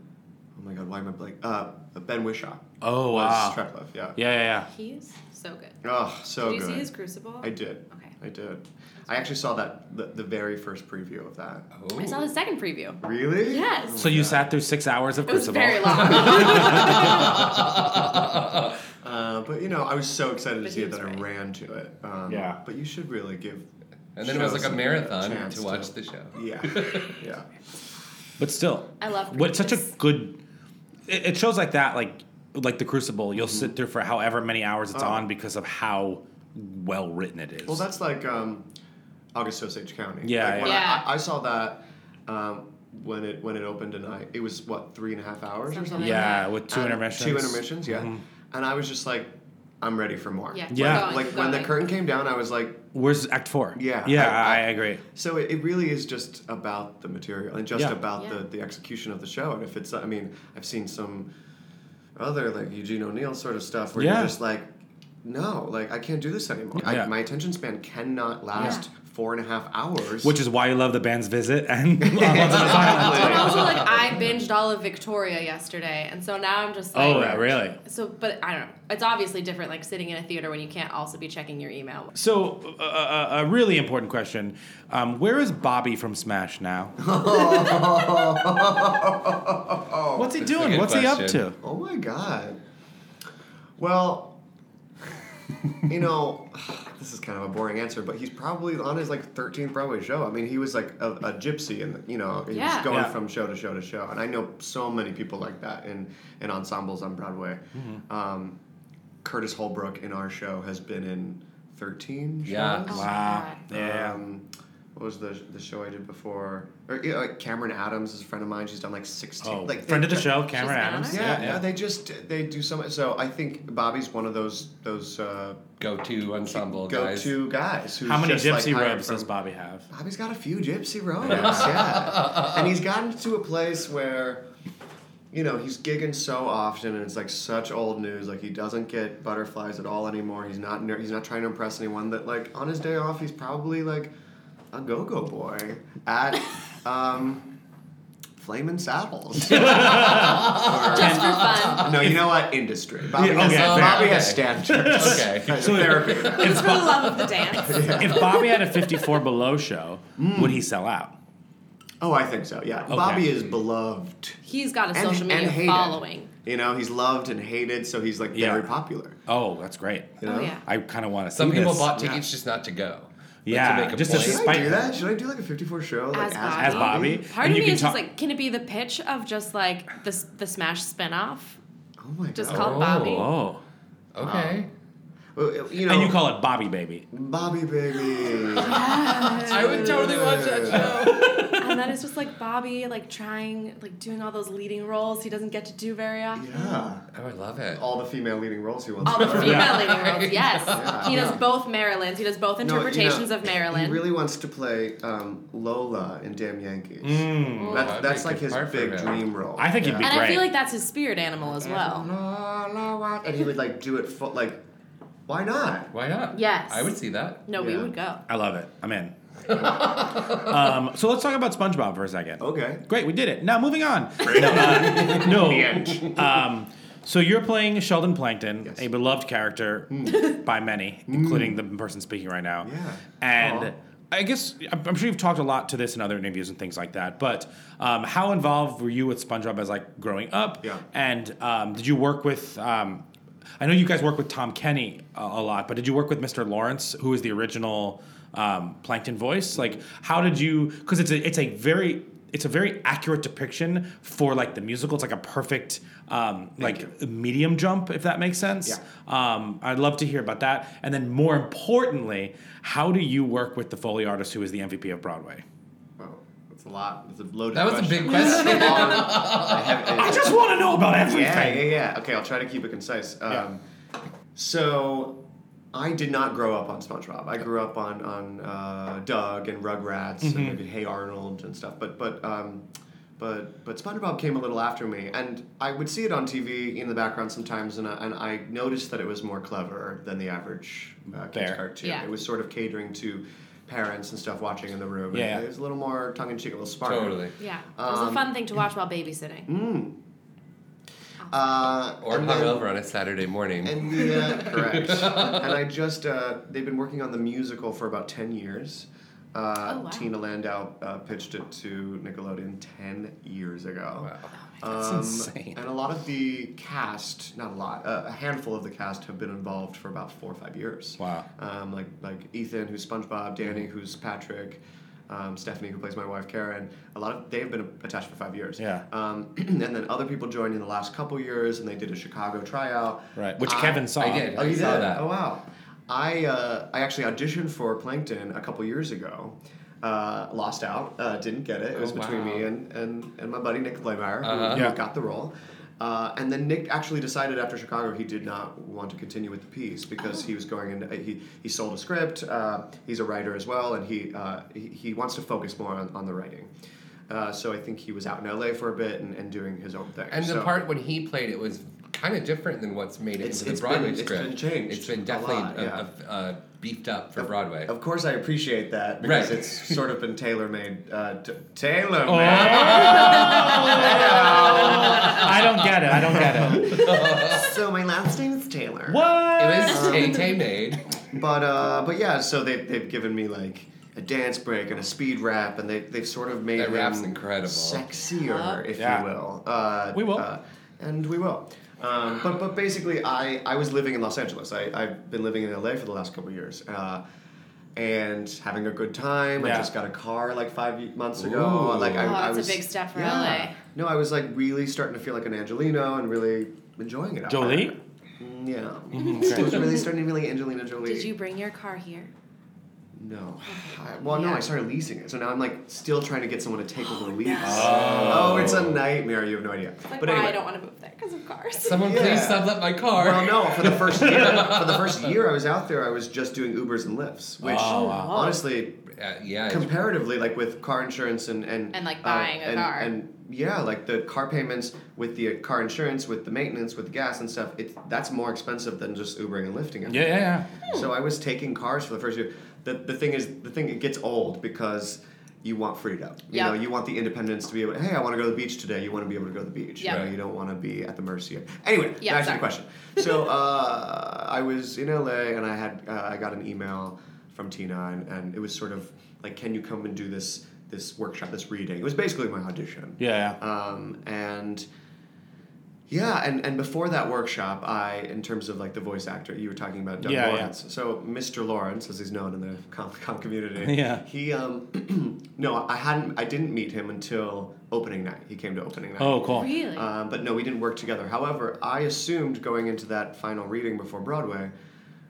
Speaker 6: oh my God, why am I blank? Uh, Ben Wishaw.
Speaker 8: Oh,
Speaker 6: was
Speaker 8: wow.
Speaker 6: Streckliff, yeah.
Speaker 8: Yeah, yeah, yeah.
Speaker 4: He's so good.
Speaker 6: Oh, so
Speaker 4: Did you
Speaker 6: good.
Speaker 4: see his Crucible?
Speaker 6: I did.
Speaker 4: Okay.
Speaker 6: I did. I actually saw that the, the very first preview of that.
Speaker 8: Oh.
Speaker 4: I saw the second preview.
Speaker 6: Really?
Speaker 4: Yes.
Speaker 8: So you sat through six hours of
Speaker 4: It was
Speaker 8: Crucible.
Speaker 4: very long.
Speaker 8: *laughs*
Speaker 6: Uh, but you know, I was so excited to
Speaker 4: But
Speaker 6: see
Speaker 4: he
Speaker 6: it
Speaker 4: was
Speaker 6: that I ran to it. Um,
Speaker 8: Yeah.
Speaker 6: But you should really give.
Speaker 9: And then it was
Speaker 6: shows
Speaker 9: like a marathon
Speaker 6: chance
Speaker 9: to watch the show.
Speaker 6: Yeah.
Speaker 8: *laughs*
Speaker 6: Yeah.
Speaker 8: But still,
Speaker 4: I love
Speaker 8: What such a
Speaker 4: Prometheus.
Speaker 8: good. It, it shows like that, like like the Crucible. You'll
Speaker 6: Mm-hmm.
Speaker 8: sit through for however many hours it's
Speaker 6: Oh.
Speaker 8: on because of how well written it is.
Speaker 6: Well, that's like um, August Osage County.
Speaker 8: Yeah,
Speaker 6: Like,
Speaker 8: yeah.
Speaker 6: when I-
Speaker 4: Yeah.
Speaker 6: I, I saw that um, when it when it opened, and I it was what three and a half hours or
Speaker 4: Something
Speaker 6: something.
Speaker 8: yeah, with two
Speaker 6: And-
Speaker 8: intermissions.
Speaker 6: Um,
Speaker 8: Mm-hmm.
Speaker 6: Two intermissions, yeah. And I was just like, I'm ready for more.
Speaker 4: Yeah.
Speaker 8: Yeah.
Speaker 4: We're going,
Speaker 6: Like
Speaker 4: we're
Speaker 6: when the
Speaker 4: going.
Speaker 6: curtain came down, I was like,
Speaker 8: Where's Act Four?
Speaker 6: Yeah,
Speaker 8: yeah, I,
Speaker 6: I-
Speaker 8: I agree.
Speaker 6: so it, it really is just about the material and just
Speaker 8: Yeah.
Speaker 6: about
Speaker 4: Yeah.
Speaker 6: the, the execution of the show. And if it's, I mean, I've seen some other like Eugene O'Neill sort of stuff where
Speaker 8: Yeah.
Speaker 6: you're just like, no, like I can't do this anymore.
Speaker 8: Yeah.
Speaker 6: I, my attention span cannot last four and a half hours.
Speaker 8: Which is why you love the band's visit
Speaker 6: *laughs*
Speaker 8: and *laughs*
Speaker 4: And also, like,
Speaker 8: Oh,
Speaker 4: I binged all of Victoria yesterday, and so now I'm just like.
Speaker 8: oh, yeah, really?
Speaker 4: So, but I don't know. It's obviously different, like sitting in a theater when you can't also be checking your email.
Speaker 8: So, uh, uh, a really important question: um, Where is Bobby from Smash
Speaker 6: *laughs*
Speaker 8: now? What's he
Speaker 9: That's a
Speaker 8: doing?
Speaker 9: good
Speaker 8: What's he
Speaker 9: question.
Speaker 8: up to?
Speaker 6: Oh my god. Well, you know, *sighs* this is kind of a boring answer, but he's probably on his like 13th Broadway show. I mean, he was like a, a gypsy, and you know, he
Speaker 4: Yeah.
Speaker 6: was going
Speaker 8: Yeah.
Speaker 6: from show to show to show. And I know so many people like that in in ensembles on Broadway.
Speaker 8: Mm-hmm.
Speaker 6: Um, Curtis Holbrook in our show has been in 13 shows.
Speaker 9: Yeah.
Speaker 4: Oh my
Speaker 8: Wow.
Speaker 4: God.
Speaker 8: Yeah.
Speaker 6: Um, what was the the show I did before? Or yeah, like Cameron Adams is a friend of mine. She's done like 16.
Speaker 8: oh,
Speaker 6: like they-
Speaker 8: friend of the show,
Speaker 4: She's
Speaker 8: Cameron
Speaker 4: not
Speaker 8: Adams.
Speaker 4: on
Speaker 6: yeah, yeah, they just they do so much. So I think Bobby's one of those those uh,
Speaker 9: Go to ensemble guys.
Speaker 6: *laughs* go-to guys. Who's
Speaker 8: How many
Speaker 6: just, like,
Speaker 8: gypsy
Speaker 6: hired
Speaker 8: rubs
Speaker 6: from-
Speaker 8: does Bobby have?
Speaker 6: Bobby's got a few gypsy
Speaker 8: *laughs*
Speaker 6: robes, yeah, and he's gotten to a place where. You know, he's gigging so often, and it's like such old news. Like he doesn't get butterflies at all anymore. He's not ner- he's not trying to impress anyone. That like on his day off, he's probably like a go go boy at um,
Speaker 8: *laughs*
Speaker 6: Flamin' Saddles.
Speaker 4: Just for fun.
Speaker 6: No, you know what? Industry. Bobby,
Speaker 8: Yeah,
Speaker 6: has,
Speaker 8: okay, fair.
Speaker 6: Bobby
Speaker 9: Okay.
Speaker 6: has standards.
Speaker 9: Okay.
Speaker 6: Has therapy.
Speaker 4: It's for the *laughs* love of the dance.
Speaker 8: *laughs* if Bobby had a 54 below show,
Speaker 6: Mm.
Speaker 8: would he sell out?
Speaker 6: *laughs* Oh, I think so. Yeah, Bobby is beloved.
Speaker 4: He's got a
Speaker 6: And-
Speaker 4: social
Speaker 6: and
Speaker 4: media
Speaker 6: hated.
Speaker 4: following.
Speaker 6: You know, he's loved and hated, so he's like
Speaker 8: Yeah.
Speaker 6: very popular.
Speaker 8: Oh, that's great.
Speaker 6: You know?
Speaker 4: Oh, yeah.
Speaker 8: I kind of want to.
Speaker 9: Some
Speaker 8: see
Speaker 9: people
Speaker 8: this.
Speaker 9: bought tickets just not to go. Like,
Speaker 8: Yeah,
Speaker 9: To make a
Speaker 8: just to
Speaker 9: point.
Speaker 8: see-
Speaker 6: Should I
Speaker 8: Spike-
Speaker 6: do that? Should I do like a 54 show? Like,
Speaker 4: As
Speaker 8: as Bobby.
Speaker 4: Part
Speaker 8: And
Speaker 4: of
Speaker 8: you
Speaker 4: me
Speaker 8: can
Speaker 4: is
Speaker 8: talk-
Speaker 4: just like, can it be the pitch of just like the, the Smash spinoff?
Speaker 6: Oh my
Speaker 4: Just
Speaker 6: god.
Speaker 4: call it Bobby.
Speaker 8: Oh.
Speaker 9: Okay.
Speaker 6: Well, You know,
Speaker 8: And you call it Bobby Baby.
Speaker 6: Bobby
Speaker 4: *laughs*
Speaker 6: Baby.
Speaker 9: I would totally watch that show.
Speaker 4: and then it's just like Bobby, like trying, like doing all those leading roles he doesn't get to do very often.
Speaker 6: yeah.
Speaker 9: Oh, I would love it.
Speaker 6: All the female leading roles he wants.
Speaker 4: All
Speaker 6: to
Speaker 4: the
Speaker 6: play. *laughs*
Speaker 4: female leading roles, yes. he does both Marylands. He does both
Speaker 6: No, you know,
Speaker 4: interpretations of Maryland.
Speaker 6: He really wants to play um, Lola in Damn Yankees.
Speaker 8: Mm.
Speaker 6: That's,
Speaker 9: That'd
Speaker 6: that's
Speaker 9: be a
Speaker 6: like
Speaker 9: good
Speaker 6: his
Speaker 9: part for
Speaker 6: big
Speaker 9: him.
Speaker 6: dream role.
Speaker 8: I think he'd be
Speaker 4: and
Speaker 8: great.
Speaker 4: I feel like that's his spirit animal as well.
Speaker 6: well. And he would like do it full, like, why not?
Speaker 9: Why not?
Speaker 4: Yes.
Speaker 9: I would see that.
Speaker 4: No, we
Speaker 6: Yeah.
Speaker 4: would go.
Speaker 8: I love it. I'm
Speaker 6: *laughs*
Speaker 8: in. um, so let's talk about SpongeBob for a second.
Speaker 6: Okay. *laughs*
Speaker 8: Great, we did it. Now moving on. No, uh, no, um, So you're playing Sheldon Plankton, a beloved character
Speaker 6: Hmm.
Speaker 8: by many, including the person speaking right now.
Speaker 6: Yeah.
Speaker 8: And
Speaker 6: Aw.
Speaker 8: I guess I'm I'm sure you've talked a lot to this in other interviews and things like that. But um, how involved were you with SpongeBob as like growing up?
Speaker 6: Yeah.
Speaker 8: And um, did you work with? Um, I know you guys work with Tom Kenny a, a lot, but did you work with Mr. Lawrence, who is the original um, Plankton voice? Like, how did you? Because it's a it's a very it's a very accurate depiction for like the musical. It's like a perfect um, like medium jump, if that makes sense.
Speaker 6: Yeah.
Speaker 8: Um, I'd love to hear about that. And then more importantly, how do you work with the Foley artist who is the MVP of Broadway?
Speaker 6: Wow, that's a lot. That's a loaded.
Speaker 9: That was a big
Speaker 6: That's
Speaker 9: question.
Speaker 6: long. *laughs* I, have,
Speaker 8: I just wanna know about
Speaker 6: Yeah,
Speaker 8: everything.
Speaker 6: yeah, yeah. Okay, I'll try to keep it concise. Um, So, I did not grow up on SpongeBob. I grew up on on uh, Doug and Rugrats and
Speaker 8: Mhm.
Speaker 6: maybe Hey Arnold and stuff. But but um, but but SpongeBob came a little after me, and I would see it on TV in the background sometimes, and I, and I noticed that it was more clever than the average uh, kids
Speaker 8: Fair.
Speaker 6: cartoon.
Speaker 4: Yeah.
Speaker 6: It was sort of catering to parents and stuff watching in the room. and
Speaker 8: Yeah.
Speaker 6: it was a little more tongue in cheek, a little smarter.
Speaker 9: Totally.
Speaker 4: Yeah, it was a
Speaker 6: Um,
Speaker 4: fun thing to watch while babysitting.
Speaker 6: Mm. Uh,
Speaker 9: Or
Speaker 6: and then-
Speaker 9: hungover on a Saturday morning.
Speaker 6: And the, uh, correct. *laughs* And I just, uh, they've been working on the musical for about 10 years. Uh,
Speaker 4: Oh, wow.
Speaker 6: Tina Landau uh, pitched it to Nickelodeon 10 years ago. Um,
Speaker 9: That's insane.
Speaker 6: And a lot of the cast, not a lot, uh, a handful of the cast have been involved for about four or five years.
Speaker 8: Wow. Mm-hmm.
Speaker 6: Um, like like Ethan, who's SpongeBob, Danny, who's Patrick, um, Stephanie, who plays my wife Karen. A lot of they've been attached for five years.
Speaker 8: Yeah.
Speaker 6: Um, *clears throat* and then other people joined in the last couple years, and they did a Chicago tryout.
Speaker 8: Right, which
Speaker 6: I-
Speaker 8: Kevin saw.
Speaker 9: I did.
Speaker 6: Oh, you
Speaker 9: saw
Speaker 6: did?
Speaker 9: that.
Speaker 6: Oh, wow. I uh, I actually auditioned for Plankton a couple years ago. Uh, lost out, uh, didn't get it. It was
Speaker 9: Oh,
Speaker 6: between me
Speaker 9: wow.
Speaker 6: and, and, and my buddy Nick Blamire,
Speaker 9: Uh-huh.
Speaker 6: who,
Speaker 8: Yeah.
Speaker 6: who got the role. Uh, and then Nick actually decided after Chicago he did not want to continue with the piece because he was
Speaker 9: Oh.
Speaker 6: going into uh, he, he sold a script. Uh, he's a writer as well, and he uh, he, he wants to focus more on, on the writing. Uh, so I think he was out in LA for a bit and, and doing his own thing.
Speaker 9: And the
Speaker 6: So-
Speaker 9: part when he played it was kind of different than what's made it
Speaker 6: It's-
Speaker 9: into the
Speaker 6: it's
Speaker 9: Broadway
Speaker 6: been- it's
Speaker 9: script.
Speaker 6: been changed
Speaker 9: It's been
Speaker 6: a
Speaker 9: definitely
Speaker 6: lot,
Speaker 9: uh,
Speaker 6: yeah.
Speaker 9: uh, uh, beefed up for Broadway.
Speaker 6: Of course, I appreciate that because
Speaker 9: Right.
Speaker 6: it's sort of been tailor made. Uh, t- tailor
Speaker 8: Oh. I don't get it. I don't *laughs* get it.
Speaker 6: so my last name is Taylor.
Speaker 8: What?
Speaker 9: It was Tay Tay made.
Speaker 6: But uh, but yeah, so they they've given me like a dance break and a speed rap, and they they've sort of made
Speaker 9: That rap's
Speaker 6: him
Speaker 9: incredible.
Speaker 4: Uh-huh.
Speaker 6: sexier, if
Speaker 8: Yeah.
Speaker 6: you will. Uh,
Speaker 8: We will.
Speaker 6: uh, and we will. Um, but but basically, I I was living in Los Angeles. I I've been living in LA for the last couple of years. Uh, and having a good time. I
Speaker 8: Yeah.
Speaker 6: just got a car like five ye- months ago.
Speaker 9: Ooh.
Speaker 6: Like I,
Speaker 9: Oh,
Speaker 6: I
Speaker 4: that's a
Speaker 6: was,
Speaker 4: big step for
Speaker 6: yeah.
Speaker 4: LA.
Speaker 6: No, I was like really starting to feel like an Angelino and really enjoying it. out there.
Speaker 8: Jolie?
Speaker 6: Mm,
Speaker 9: Mm-hmm.
Speaker 6: Yeah, *laughs* I was really starting to feel like Angelina Jolie.
Speaker 4: Did you bring your car here?
Speaker 6: No. I, *sighs* well, no, I started leasing it, so now I'm like still trying to get someone to take over the lease.
Speaker 9: Oh.
Speaker 6: Oh. it's a nightmare. You have no idea.
Speaker 4: Like,
Speaker 6: but
Speaker 4: why
Speaker 6: anyway,
Speaker 4: I don't want to move there because of cars.
Speaker 9: Someone
Speaker 6: Yeah.
Speaker 9: please sublet my car.
Speaker 6: Well, no. For the first
Speaker 4: *laughs*
Speaker 6: year, for the first year I was out there, I was just doing Ubers and Lyfts, which
Speaker 8: Oh, wow.
Speaker 6: honestly,
Speaker 9: Uh, yeah. it's-
Speaker 6: comparatively, like with car insurance and and, uh,
Speaker 4: And, like, buying a
Speaker 6: and,
Speaker 4: car.
Speaker 6: and yeah, like the car payments with the car insurance, with the maintenance, with the gas and stuff. It's that's more expensive than just Ubering and lifting.
Speaker 8: Yeah, yeah, yeah.
Speaker 6: So I was taking cars for the first year. The, the thing is, the thing it gets old because you want freedom. You
Speaker 4: Yeah.
Speaker 6: know, you want the independence to be able. Hey, I want to go to the beach today. You want to be able to go to the beach.
Speaker 4: Yeah.
Speaker 6: You, know, you don't want to be at the mercy of. Anyway,
Speaker 4: Yeah,
Speaker 6: back to
Speaker 4: sorry.
Speaker 6: the question. So uh, I was in LA and I had uh, I got an email from Tina and, and it was sort of like, can you come and do this this workshop, this reading? It was basically my audition.
Speaker 8: Yeah, yeah.
Speaker 6: Um, and yeah, and, and before that workshop, I, in terms of like the voice actor, you were talking about Doug
Speaker 8: Yeah, yeah.
Speaker 6: Lawrence. So Mr. Lawrence, as he's known in the comic con community,
Speaker 8: *laughs* Yeah.
Speaker 6: he, um, *clears throat* no, I hadn't, I didn't meet him until opening night. He came to opening night.
Speaker 8: Oh, cool.
Speaker 4: Really?
Speaker 6: Um, but no, we didn't work together. However, I assumed going into that final reading before Broadway,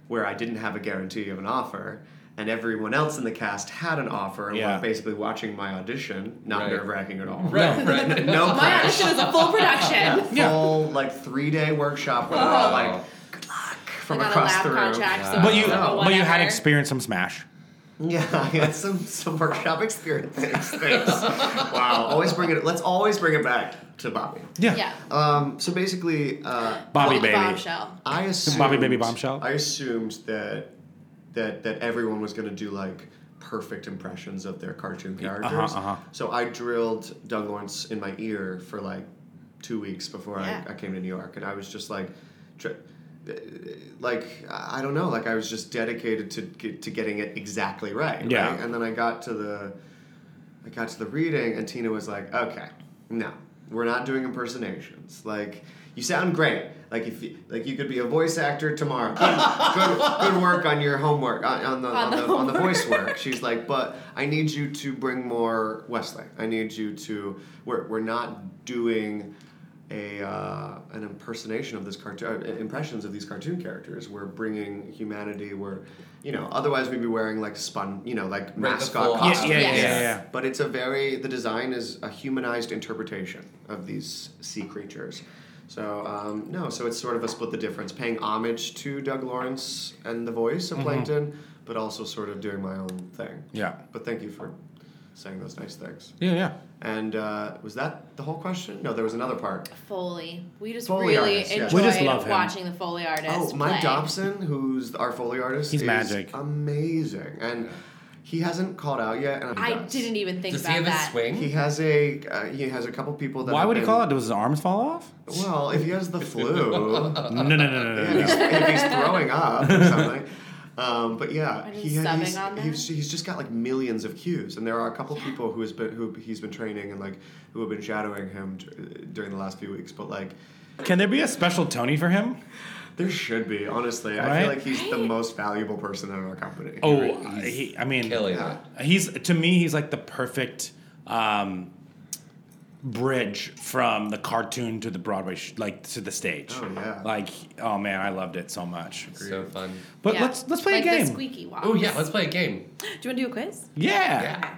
Speaker 6: where I didn't have a guarantee of an offer, and everyone else in the cast had an offer, and
Speaker 8: Yeah.
Speaker 6: were basically watching my audition, not
Speaker 9: Right.
Speaker 6: nerve wracking at all.
Speaker 9: Right,
Speaker 6: *laughs*
Speaker 9: right.
Speaker 6: No
Speaker 4: My
Speaker 6: pressure.
Speaker 4: audition *laughs* was a full production.
Speaker 8: Yeah.
Speaker 6: full like three day workshop where they're all Oh, like
Speaker 9: Wow.
Speaker 6: from
Speaker 4: I Oh. got
Speaker 6: across
Speaker 4: a lab
Speaker 6: the room.
Speaker 4: contract. So
Speaker 8: But you, but
Speaker 4: or
Speaker 8: you had
Speaker 4: Oh, whatever.
Speaker 8: experienced some smash.
Speaker 6: Yeah, *laughs* I had some some workshop experience. Thanks.
Speaker 4: *laughs*
Speaker 6: thanks. wow, always bring it. Let's always bring it back to Bobby.
Speaker 8: Yeah.
Speaker 4: Yeah.
Speaker 6: Um, so basically, uh,
Speaker 8: Bobby
Speaker 4: Full
Speaker 8: baby.
Speaker 4: Bombshell.
Speaker 6: I assumed
Speaker 8: Bobby Baby Bombshell?
Speaker 6: I assumed that that that everyone was gonna do like perfect impressions of their cartoon characters.
Speaker 8: uh-huh.
Speaker 6: So I drilled Doug Lawrence in my ear for like two weeks before
Speaker 4: Yeah.
Speaker 6: I, I came to New York, and I was just like, tr- uh, like I I don't know, like I was just dedicated to get- to getting it exactly right.
Speaker 8: Yeah.
Speaker 6: right? And then I got to the, I got to the reading, and Tina was like, okay, no, we're not doing impersonations. Like you sound great. Like if you, like you could be a voice actor tomorrow. Good, good, good work on your homework on, on the on,
Speaker 4: On the
Speaker 6: the, on the
Speaker 4: homework.
Speaker 6: voice work. She's like, but I need you to bring more Wesley. I need you to. We're we're not doing a uh, an impersonation of this cartoon uh, impressions of these cartoon characters. We're bringing humanity. We're you know otherwise we'd be wearing like spun you know like
Speaker 9: the full-
Speaker 6: mascot
Speaker 9: Yeah,
Speaker 6: costumes.
Speaker 8: yeah, yeah, Yes. yeah, yeah.
Speaker 6: But it's a very the design is a humanized interpretation of these sea creatures. So um, no, so it's sort of a split the difference, paying homage to Doug Lawrence and the voice of
Speaker 8: Mhm.
Speaker 6: Plankton, but also sort of doing my own thing.
Speaker 8: Yeah.
Speaker 6: But thank you for saying those nice things.
Speaker 8: Yeah, yeah.
Speaker 6: And uh, was that the whole question? No, there was another part.
Speaker 10: Foley. We just
Speaker 6: Foley
Speaker 10: really
Speaker 6: artist, yes.
Speaker 10: enjoyed
Speaker 6: We just love him.
Speaker 10: watching the Foley artist.
Speaker 6: Oh, Mike
Speaker 10: play.
Speaker 6: Dobson, who's our Foley artist,
Speaker 8: He's
Speaker 6: is
Speaker 8: magic.
Speaker 6: amazing, and he hasn't called out yet. And
Speaker 10: I didn't even think
Speaker 9: Does
Speaker 10: about
Speaker 9: he have a
Speaker 10: that.
Speaker 9: swing?
Speaker 6: He has a uh, he has a couple people that.
Speaker 8: Why
Speaker 6: have
Speaker 8: would he
Speaker 6: been-
Speaker 8: call it? Does his arms fall off?
Speaker 6: Well, if he has the flu,
Speaker 8: No, no, no, no, no,
Speaker 6: if, *laughs*
Speaker 8: no.
Speaker 6: he's, if he's throwing up or something. Um, but yeah,
Speaker 10: And
Speaker 6: he,
Speaker 10: he's
Speaker 6: he's,
Speaker 10: subbing on that?
Speaker 6: he's, he's just got like millions of cues, and there are a couple people who has been who he's been training and like who have been shadowing him d- during the last few weeks. But like,
Speaker 8: Can there be a special Tony for him?
Speaker 6: there should be honestly. I
Speaker 8: Right?
Speaker 6: feel like he's the most valuable person in our company.
Speaker 8: Oh, he, I mean, he's to me, he's like the perfect um, bridge from the cartoon to the Broadway, sh- like to the stage.
Speaker 6: Oh, yeah.
Speaker 8: Like, oh man, I loved it so much.
Speaker 9: So fun.
Speaker 8: But
Speaker 10: Yeah.
Speaker 8: let's let's play
Speaker 10: like
Speaker 8: a game.
Speaker 10: The squeaky walk.
Speaker 9: Oh yeah, let's play a game.
Speaker 4: Do you want to do a quiz?
Speaker 9: *laughs*
Speaker 8: yeah.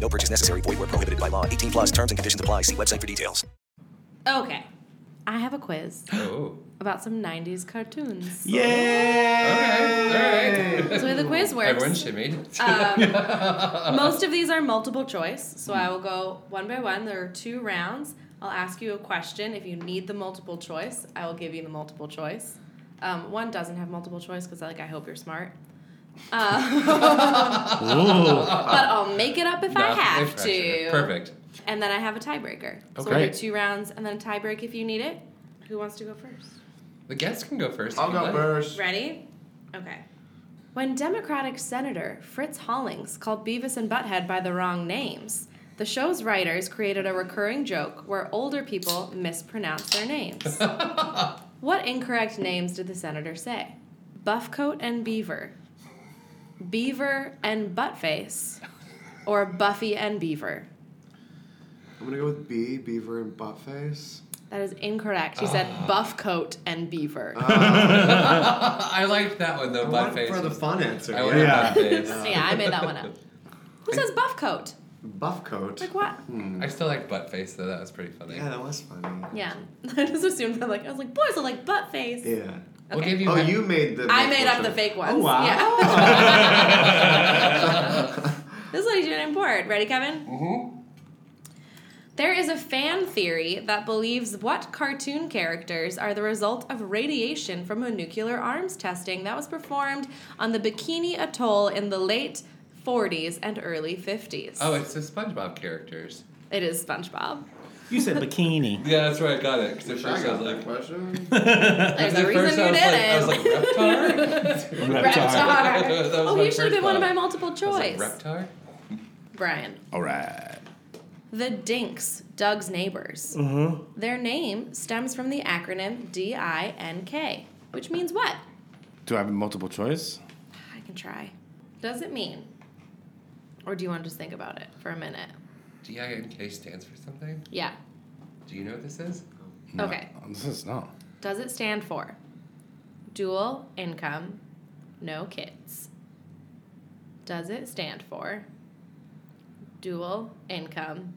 Speaker 11: No purchase necessary. Void where prohibited by law. 18 plus terms and conditions apply. See website for details.
Speaker 4: Okay. I have a quiz
Speaker 9: Oh.
Speaker 4: about some 90s cartoons.
Speaker 9: Okay. All right.
Speaker 4: That's the way the quiz works.
Speaker 9: Everyone shimmied.
Speaker 4: Um, most of these are multiple choice, so I will go one by one. There are two rounds. I'll ask you a question. If you need the multiple choice, I will give you the multiple choice. Um, one doesn't have multiple choice because, like, I hope you're smart.
Speaker 9: *laughs*
Speaker 4: Um, *laughs* but I'll make it up if I
Speaker 9: Not the
Speaker 4: have
Speaker 9: infraction.
Speaker 4: to.
Speaker 9: Perfect.
Speaker 4: And then I have a tiebreaker. So
Speaker 9: Okay.
Speaker 4: we'll do two rounds and then a tiebreak if you need it. Who wants to go first?
Speaker 9: The guests can go first.
Speaker 6: I'll
Speaker 9: if you'd
Speaker 6: go
Speaker 9: like.
Speaker 6: first.
Speaker 4: Ready? Okay. When Democratic Senator Fritz Hollings called Beavis and Butthead by the wrong names, the show's writers created a recurring joke where older people mispronounce their names. what incorrect names did the senator say? Buffcoat and Beaver, Beaver and Buttface, or Buffy and Beaver?
Speaker 6: I'm gonna go with B, Beaver and Buttface.
Speaker 4: That is incorrect. He said Buffcoat and Beaver. *laughs*
Speaker 9: I liked that one though.
Speaker 6: went
Speaker 9: Buttface.
Speaker 6: for the fun answer,
Speaker 9: I went
Speaker 6: yeah.
Speaker 9: for Buttface.
Speaker 4: yeah, I made that one up. Who says Buffcoat?
Speaker 6: Buff coat.
Speaker 4: Like what?
Speaker 9: I still like Buttface though. That was pretty funny.
Speaker 6: Yeah, that was funny.
Speaker 4: Yeah. *laughs* I just assumed that like I was like, boys are like butt face.
Speaker 6: Yeah.
Speaker 9: We'll give you
Speaker 6: oh,
Speaker 9: back-
Speaker 6: you made the.
Speaker 4: I made up the fake ones.
Speaker 6: Oh, wow.
Speaker 4: Yeah. *laughs* this lady's doing important. Ready, Kevin? Mm-hmm. There is a fan theory that believes what cartoon characters are the result of radiation from a nuclear arms testing that was performed on the Bikini Atoll in the late 40s and early 50s.
Speaker 9: Oh, it's the SpongeBob characters.
Speaker 4: It is SpongeBob.
Speaker 8: You said bikini.
Speaker 9: Yeah, that's where I got it. Because at
Speaker 6: I
Speaker 9: first I
Speaker 6: got
Speaker 9: was like,
Speaker 6: that
Speaker 8: *laughs*
Speaker 6: question.
Speaker 4: There's
Speaker 9: At
Speaker 4: a
Speaker 9: first
Speaker 4: reason you
Speaker 9: I was
Speaker 4: did
Speaker 9: like-
Speaker 4: it.
Speaker 9: I was like,
Speaker 4: *laughs*
Speaker 9: Reptar? *laughs*
Speaker 4: Reptar.
Speaker 9: That was
Speaker 4: oh,
Speaker 9: my
Speaker 4: you should have
Speaker 9: first
Speaker 4: been one of
Speaker 9: thought.
Speaker 4: my multiple
Speaker 9: I was like,
Speaker 4: choice.
Speaker 9: Reptar?
Speaker 4: Brian.
Speaker 8: All right.
Speaker 4: The Dinks, Doug's neighbors.
Speaker 8: Uh huh.
Speaker 4: Their name stems from the acronym D I N K. Which means what?
Speaker 8: Do I have multiple choice?
Speaker 4: I can try. Does it mean? Or do you want to just think about it for a minute?
Speaker 9: DINK stands for something?
Speaker 4: Yeah.
Speaker 9: Do you know what this is?
Speaker 4: Okay.
Speaker 8: This is not.
Speaker 4: Does it stand for dual income, no kids? Does it stand for dual income?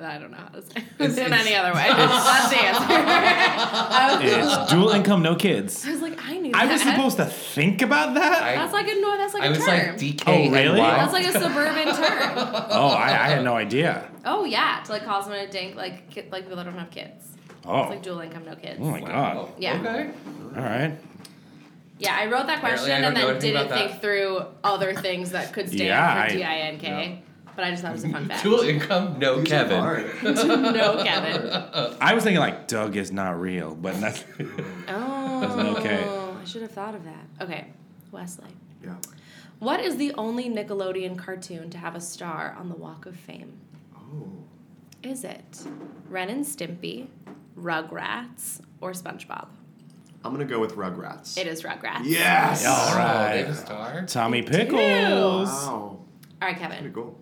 Speaker 4: I don't know how to say it *laughs* in any
Speaker 8: *laughs*
Speaker 4: other way. That's the answer. I was-
Speaker 8: It's dual income, no kids.
Speaker 4: I was like, I knew
Speaker 8: I
Speaker 4: that.
Speaker 8: was supposed to think about that.
Speaker 4: That's like a no. That's like
Speaker 8: I
Speaker 4: a
Speaker 8: was like
Speaker 4: term.
Speaker 8: DK Oh, really? and Y.
Speaker 4: That's like
Speaker 8: *laughs*
Speaker 4: a suburban term.
Speaker 8: oh, I, I had no idea.
Speaker 4: Oh yeah, to like call someone a dink, like ki- like people that don't have kids.
Speaker 8: Oh.
Speaker 4: It's like dual income, no kids.
Speaker 8: Oh my god.
Speaker 4: Yeah.
Speaker 8: All right.
Speaker 4: Yeah, I wrote that
Speaker 8: Apparently
Speaker 4: question
Speaker 8: I don't
Speaker 4: and
Speaker 8: know
Speaker 4: then
Speaker 8: anything
Speaker 4: didn't
Speaker 8: about that.
Speaker 4: think through other things that could stand
Speaker 8: Yeah,
Speaker 4: for
Speaker 8: I-
Speaker 4: DINK. But I just thought it was a fun fact.
Speaker 9: Dual income, no Kevin.
Speaker 8: *laughs*
Speaker 4: no, Kevin.
Speaker 8: I was thinking like Doug is not real, but that's
Speaker 4: Oh.
Speaker 8: That's okay.
Speaker 4: I should have thought of that. Okay, Wesley.
Speaker 6: Yeah.
Speaker 4: What is the only Nickelodeon cartoon to have a star on the Walk of Fame?
Speaker 6: Oh.
Speaker 4: Is it Ren and Stimpy, Rugrats, or SpongeBob?
Speaker 6: I'm gonna go with Rugrats.
Speaker 4: It is Rugrats.
Speaker 6: Yes.
Speaker 8: all right.
Speaker 9: have a star?
Speaker 8: Tommy
Speaker 4: They do.
Speaker 8: Pickles.
Speaker 4: Wow. All right, Kevin.
Speaker 6: Pretty cool.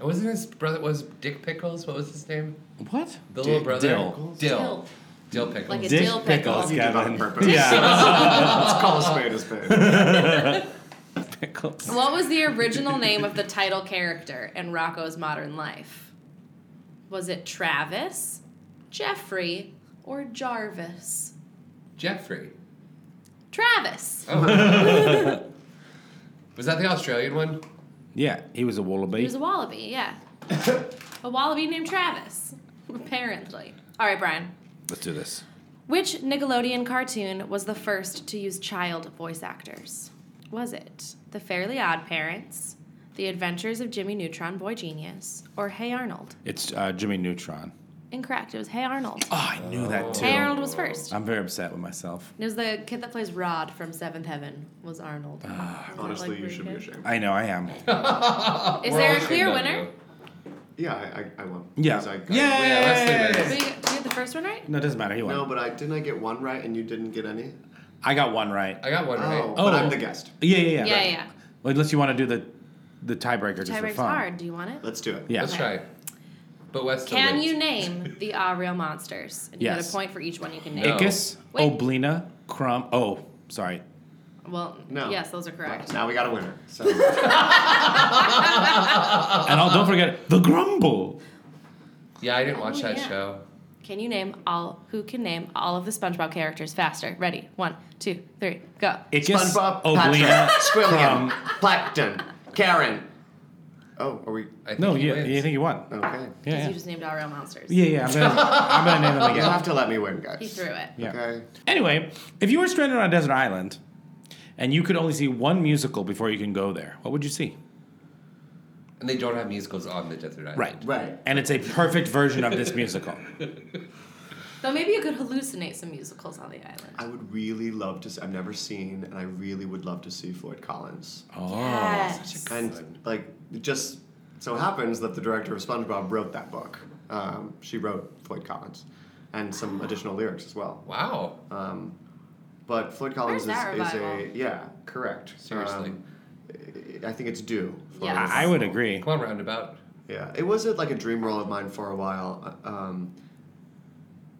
Speaker 9: Wasn't his brother was Dick Pickles? What was his name?
Speaker 8: What?
Speaker 9: The little brother.
Speaker 8: Dill.
Speaker 9: Dill. Dill Pickles.
Speaker 4: Like a Dick dill pickle. Pickles,
Speaker 6: You did that on
Speaker 8: Kevin.
Speaker 6: purpose.
Speaker 8: Yeah.
Speaker 6: Let's call a spade a
Speaker 8: *laughs*
Speaker 6: spade.
Speaker 8: Pickles.
Speaker 4: What was the original name of the title character in Rocco's Modern Life? Was it Travis, Jeffrey, or Jarvis?
Speaker 6: *laughs*
Speaker 9: Jeffrey.
Speaker 4: Travis.
Speaker 9: Oh. was that the Australian one?
Speaker 8: Yeah, he was a
Speaker 4: He
Speaker 8: wallaby.
Speaker 4: was a wallaby, yeah. a wallaby named Travis, apparently. All right, Brian.
Speaker 8: Let's do this.
Speaker 4: Which Nickelodeon cartoon was the first to use child voice actors? Was it The Fairly Odd Parents, The Adventures of Jimmy Neutron Boy Genius, or Hey Arnold?
Speaker 8: It's uh, Jimmy Neutron.
Speaker 4: Incorrect. It was Hey Arnold.
Speaker 8: Oh, I knew that too.
Speaker 4: Hey Arnold was first.
Speaker 8: I'm very upset with myself.
Speaker 4: It was the kid that plays Rod from Seventh Heaven was Arnold. Isn't that,
Speaker 6: Ah, Honestly,
Speaker 4: like,
Speaker 6: you
Speaker 4: really
Speaker 6: should be
Speaker 4: good?
Speaker 6: ashamed.
Speaker 8: I know I am.
Speaker 4: Is there a clear winner?
Speaker 6: Yeah, I, I, I won.
Speaker 8: Yeah.
Speaker 6: 'Cause I got-
Speaker 8: Yay! Yeah, Wesley wins.
Speaker 4: We, we had the first one right.
Speaker 8: No, it doesn't matter. He won.
Speaker 6: No, but I didn't. I get one right, and you didn't get any.
Speaker 8: I got one right. I
Speaker 9: got one
Speaker 6: right. Oh, but I'm the guest.
Speaker 8: Yeah, yeah, yeah.
Speaker 4: Yeah, yeah. yeah.
Speaker 8: Well, Unless you want to do the the tiebreaker just for
Speaker 4: Tiebreak's
Speaker 8: fun.
Speaker 4: hard. Do you want it?
Speaker 6: Let's do it.
Speaker 8: Yeah.
Speaker 9: Let's
Speaker 4: Okay.
Speaker 9: try. But West.
Speaker 4: Can
Speaker 6: *laughs*
Speaker 4: you name the Ah Real monsters? And you get
Speaker 8: Yes.
Speaker 4: a point for each one you can name.
Speaker 8: Icus, Oblina, Crumb. Oh, sorry.
Speaker 4: Well,
Speaker 8: No.
Speaker 4: yes, those are correct.
Speaker 6: Now we got a winner.
Speaker 8: *laughs*
Speaker 6: So
Speaker 8: and I'll, don't forget the Grumble.
Speaker 9: Yeah, I didn't watch
Speaker 4: Oh,
Speaker 9: that
Speaker 4: yeah.
Speaker 9: show.
Speaker 4: Can you name all? Who can name all of the SpongeBob characters faster? Ready? One, two, three, go.
Speaker 8: Icus,
Speaker 6: SpongeBob,
Speaker 8: Oblina,
Speaker 6: Patrick, Squilliam,
Speaker 8: Crumb.
Speaker 6: Plankton, Karen. Oh, are we?
Speaker 8: No, you, you think you won?
Speaker 6: Okay.
Speaker 8: Yeah,
Speaker 4: Because
Speaker 8: yeah.
Speaker 4: you just named all real monsters.
Speaker 8: Yeah, yeah. I'm gonna, I'm gonna name them
Speaker 6: You
Speaker 8: again.
Speaker 6: have to let me win, guys.
Speaker 4: He threw it.
Speaker 8: Yeah.
Speaker 6: Okay.
Speaker 8: Anyway, if you were stranded on a desert island and you could only see one musical before you can go there, what would you see?
Speaker 9: And they don't have musicals on the desert island.
Speaker 8: Right.
Speaker 6: Right.
Speaker 8: And it's a perfect version of this musical.
Speaker 4: Though maybe you could hallucinate some musicals on the island.
Speaker 6: I would really love to. See, I've never seen, and I really would love to see Floyd Collins.
Speaker 8: Oh.
Speaker 4: Yes.
Speaker 6: And like, it just so happens that the director of SpongeBob wrote that book. Um, she wrote Floyd Collins, and some additional lyrics as well.
Speaker 9: Wow.
Speaker 6: Um, but Floyd Collins is,
Speaker 4: that
Speaker 6: is a
Speaker 4: revival?
Speaker 6: yeah, correct.
Speaker 9: Seriously.
Speaker 6: Um, I think it's due. for
Speaker 4: Yes.
Speaker 8: I would agree.
Speaker 9: Come on, roundabout.
Speaker 6: Yeah, it was a, like a dream role of mine for a while, uh, um,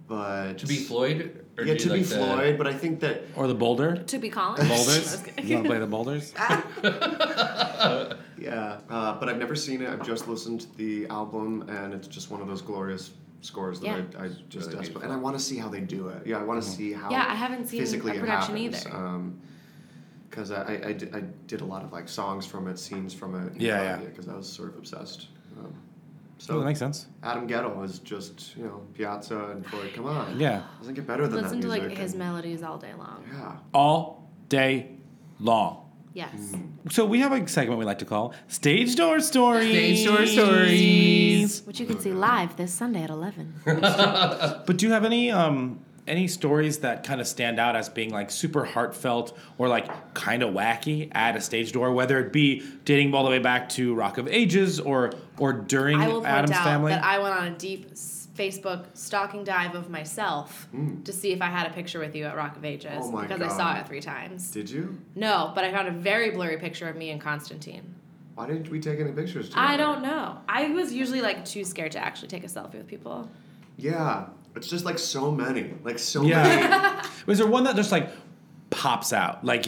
Speaker 6: but
Speaker 9: To be Floyd? Or
Speaker 6: yeah,
Speaker 9: do you
Speaker 6: to be
Speaker 9: like the-
Speaker 6: Floyd. But I think that
Speaker 8: Or the
Speaker 4: *laughs*
Speaker 8: Boulder.
Speaker 4: To be Collins.
Speaker 8: Boulders. You want to play
Speaker 4: *laughs*
Speaker 8: the Boulders?
Speaker 6: yeah, uh, but I've never seen it. I've just listened to the album, and it's just one of those glorious scores that I,
Speaker 4: Yeah.
Speaker 6: I just
Speaker 9: Really
Speaker 6: desperate.
Speaker 9: beautiful.
Speaker 6: And I want to see how they do it. Yeah, I want to
Speaker 8: Mm-hmm.
Speaker 6: see how.
Speaker 4: Yeah, I haven't seen
Speaker 6: physically
Speaker 4: a
Speaker 6: it
Speaker 4: production
Speaker 6: happens.
Speaker 4: either.
Speaker 6: Um, because I, I, I, did, I did a lot of like songs from it, scenes from it. uh,
Speaker 8: Yeah, yeah.
Speaker 6: Because I was sort of obsessed. Um, so
Speaker 8: So Oh, that makes sense.
Speaker 6: Adam Gettle is just you know Piazza and
Speaker 4: *sighs*
Speaker 6: Floyd. Come on,
Speaker 8: Yeah.
Speaker 6: doesn't get better than
Speaker 4: Listen
Speaker 6: that
Speaker 4: to
Speaker 6: music.
Speaker 4: like his
Speaker 6: and-
Speaker 4: melodies all day long.
Speaker 6: yeah.
Speaker 8: All day long.
Speaker 4: Yes.
Speaker 6: Mm.
Speaker 8: So we have a segment we like to call Stage Door Stories.
Speaker 9: Stage Door Stories.
Speaker 4: Which you
Speaker 6: Oh,
Speaker 4: can see live this Sunday at eleven.
Speaker 6: *laughs*
Speaker 8: But do you have any um any stories that kind of stand out as being like super heartfelt or like kind of wacky at a stage door, whether it be dating all the way back to Rock of Ages or or during
Speaker 4: I will point
Speaker 8: Adam's
Speaker 4: out
Speaker 8: family?
Speaker 4: that I went on a deep s-
Speaker 10: Facebook stalking dive of myself
Speaker 6: Mm.
Speaker 10: to see if I had a picture with you at Rock of Ages
Speaker 6: Oh my
Speaker 10: because I
Speaker 6: God.
Speaker 10: saw it three times.
Speaker 6: Did you?
Speaker 10: No, but I found a very blurry picture of me and Constantine.
Speaker 6: Why didn't we take any pictures? Together?
Speaker 10: I don't know. I was usually like too scared to actually take a selfie with people.
Speaker 6: Yeah, it's just like so many, like
Speaker 8: *laughs*
Speaker 6: so many.
Speaker 8: Yeah. Was there one that just like pops out? Like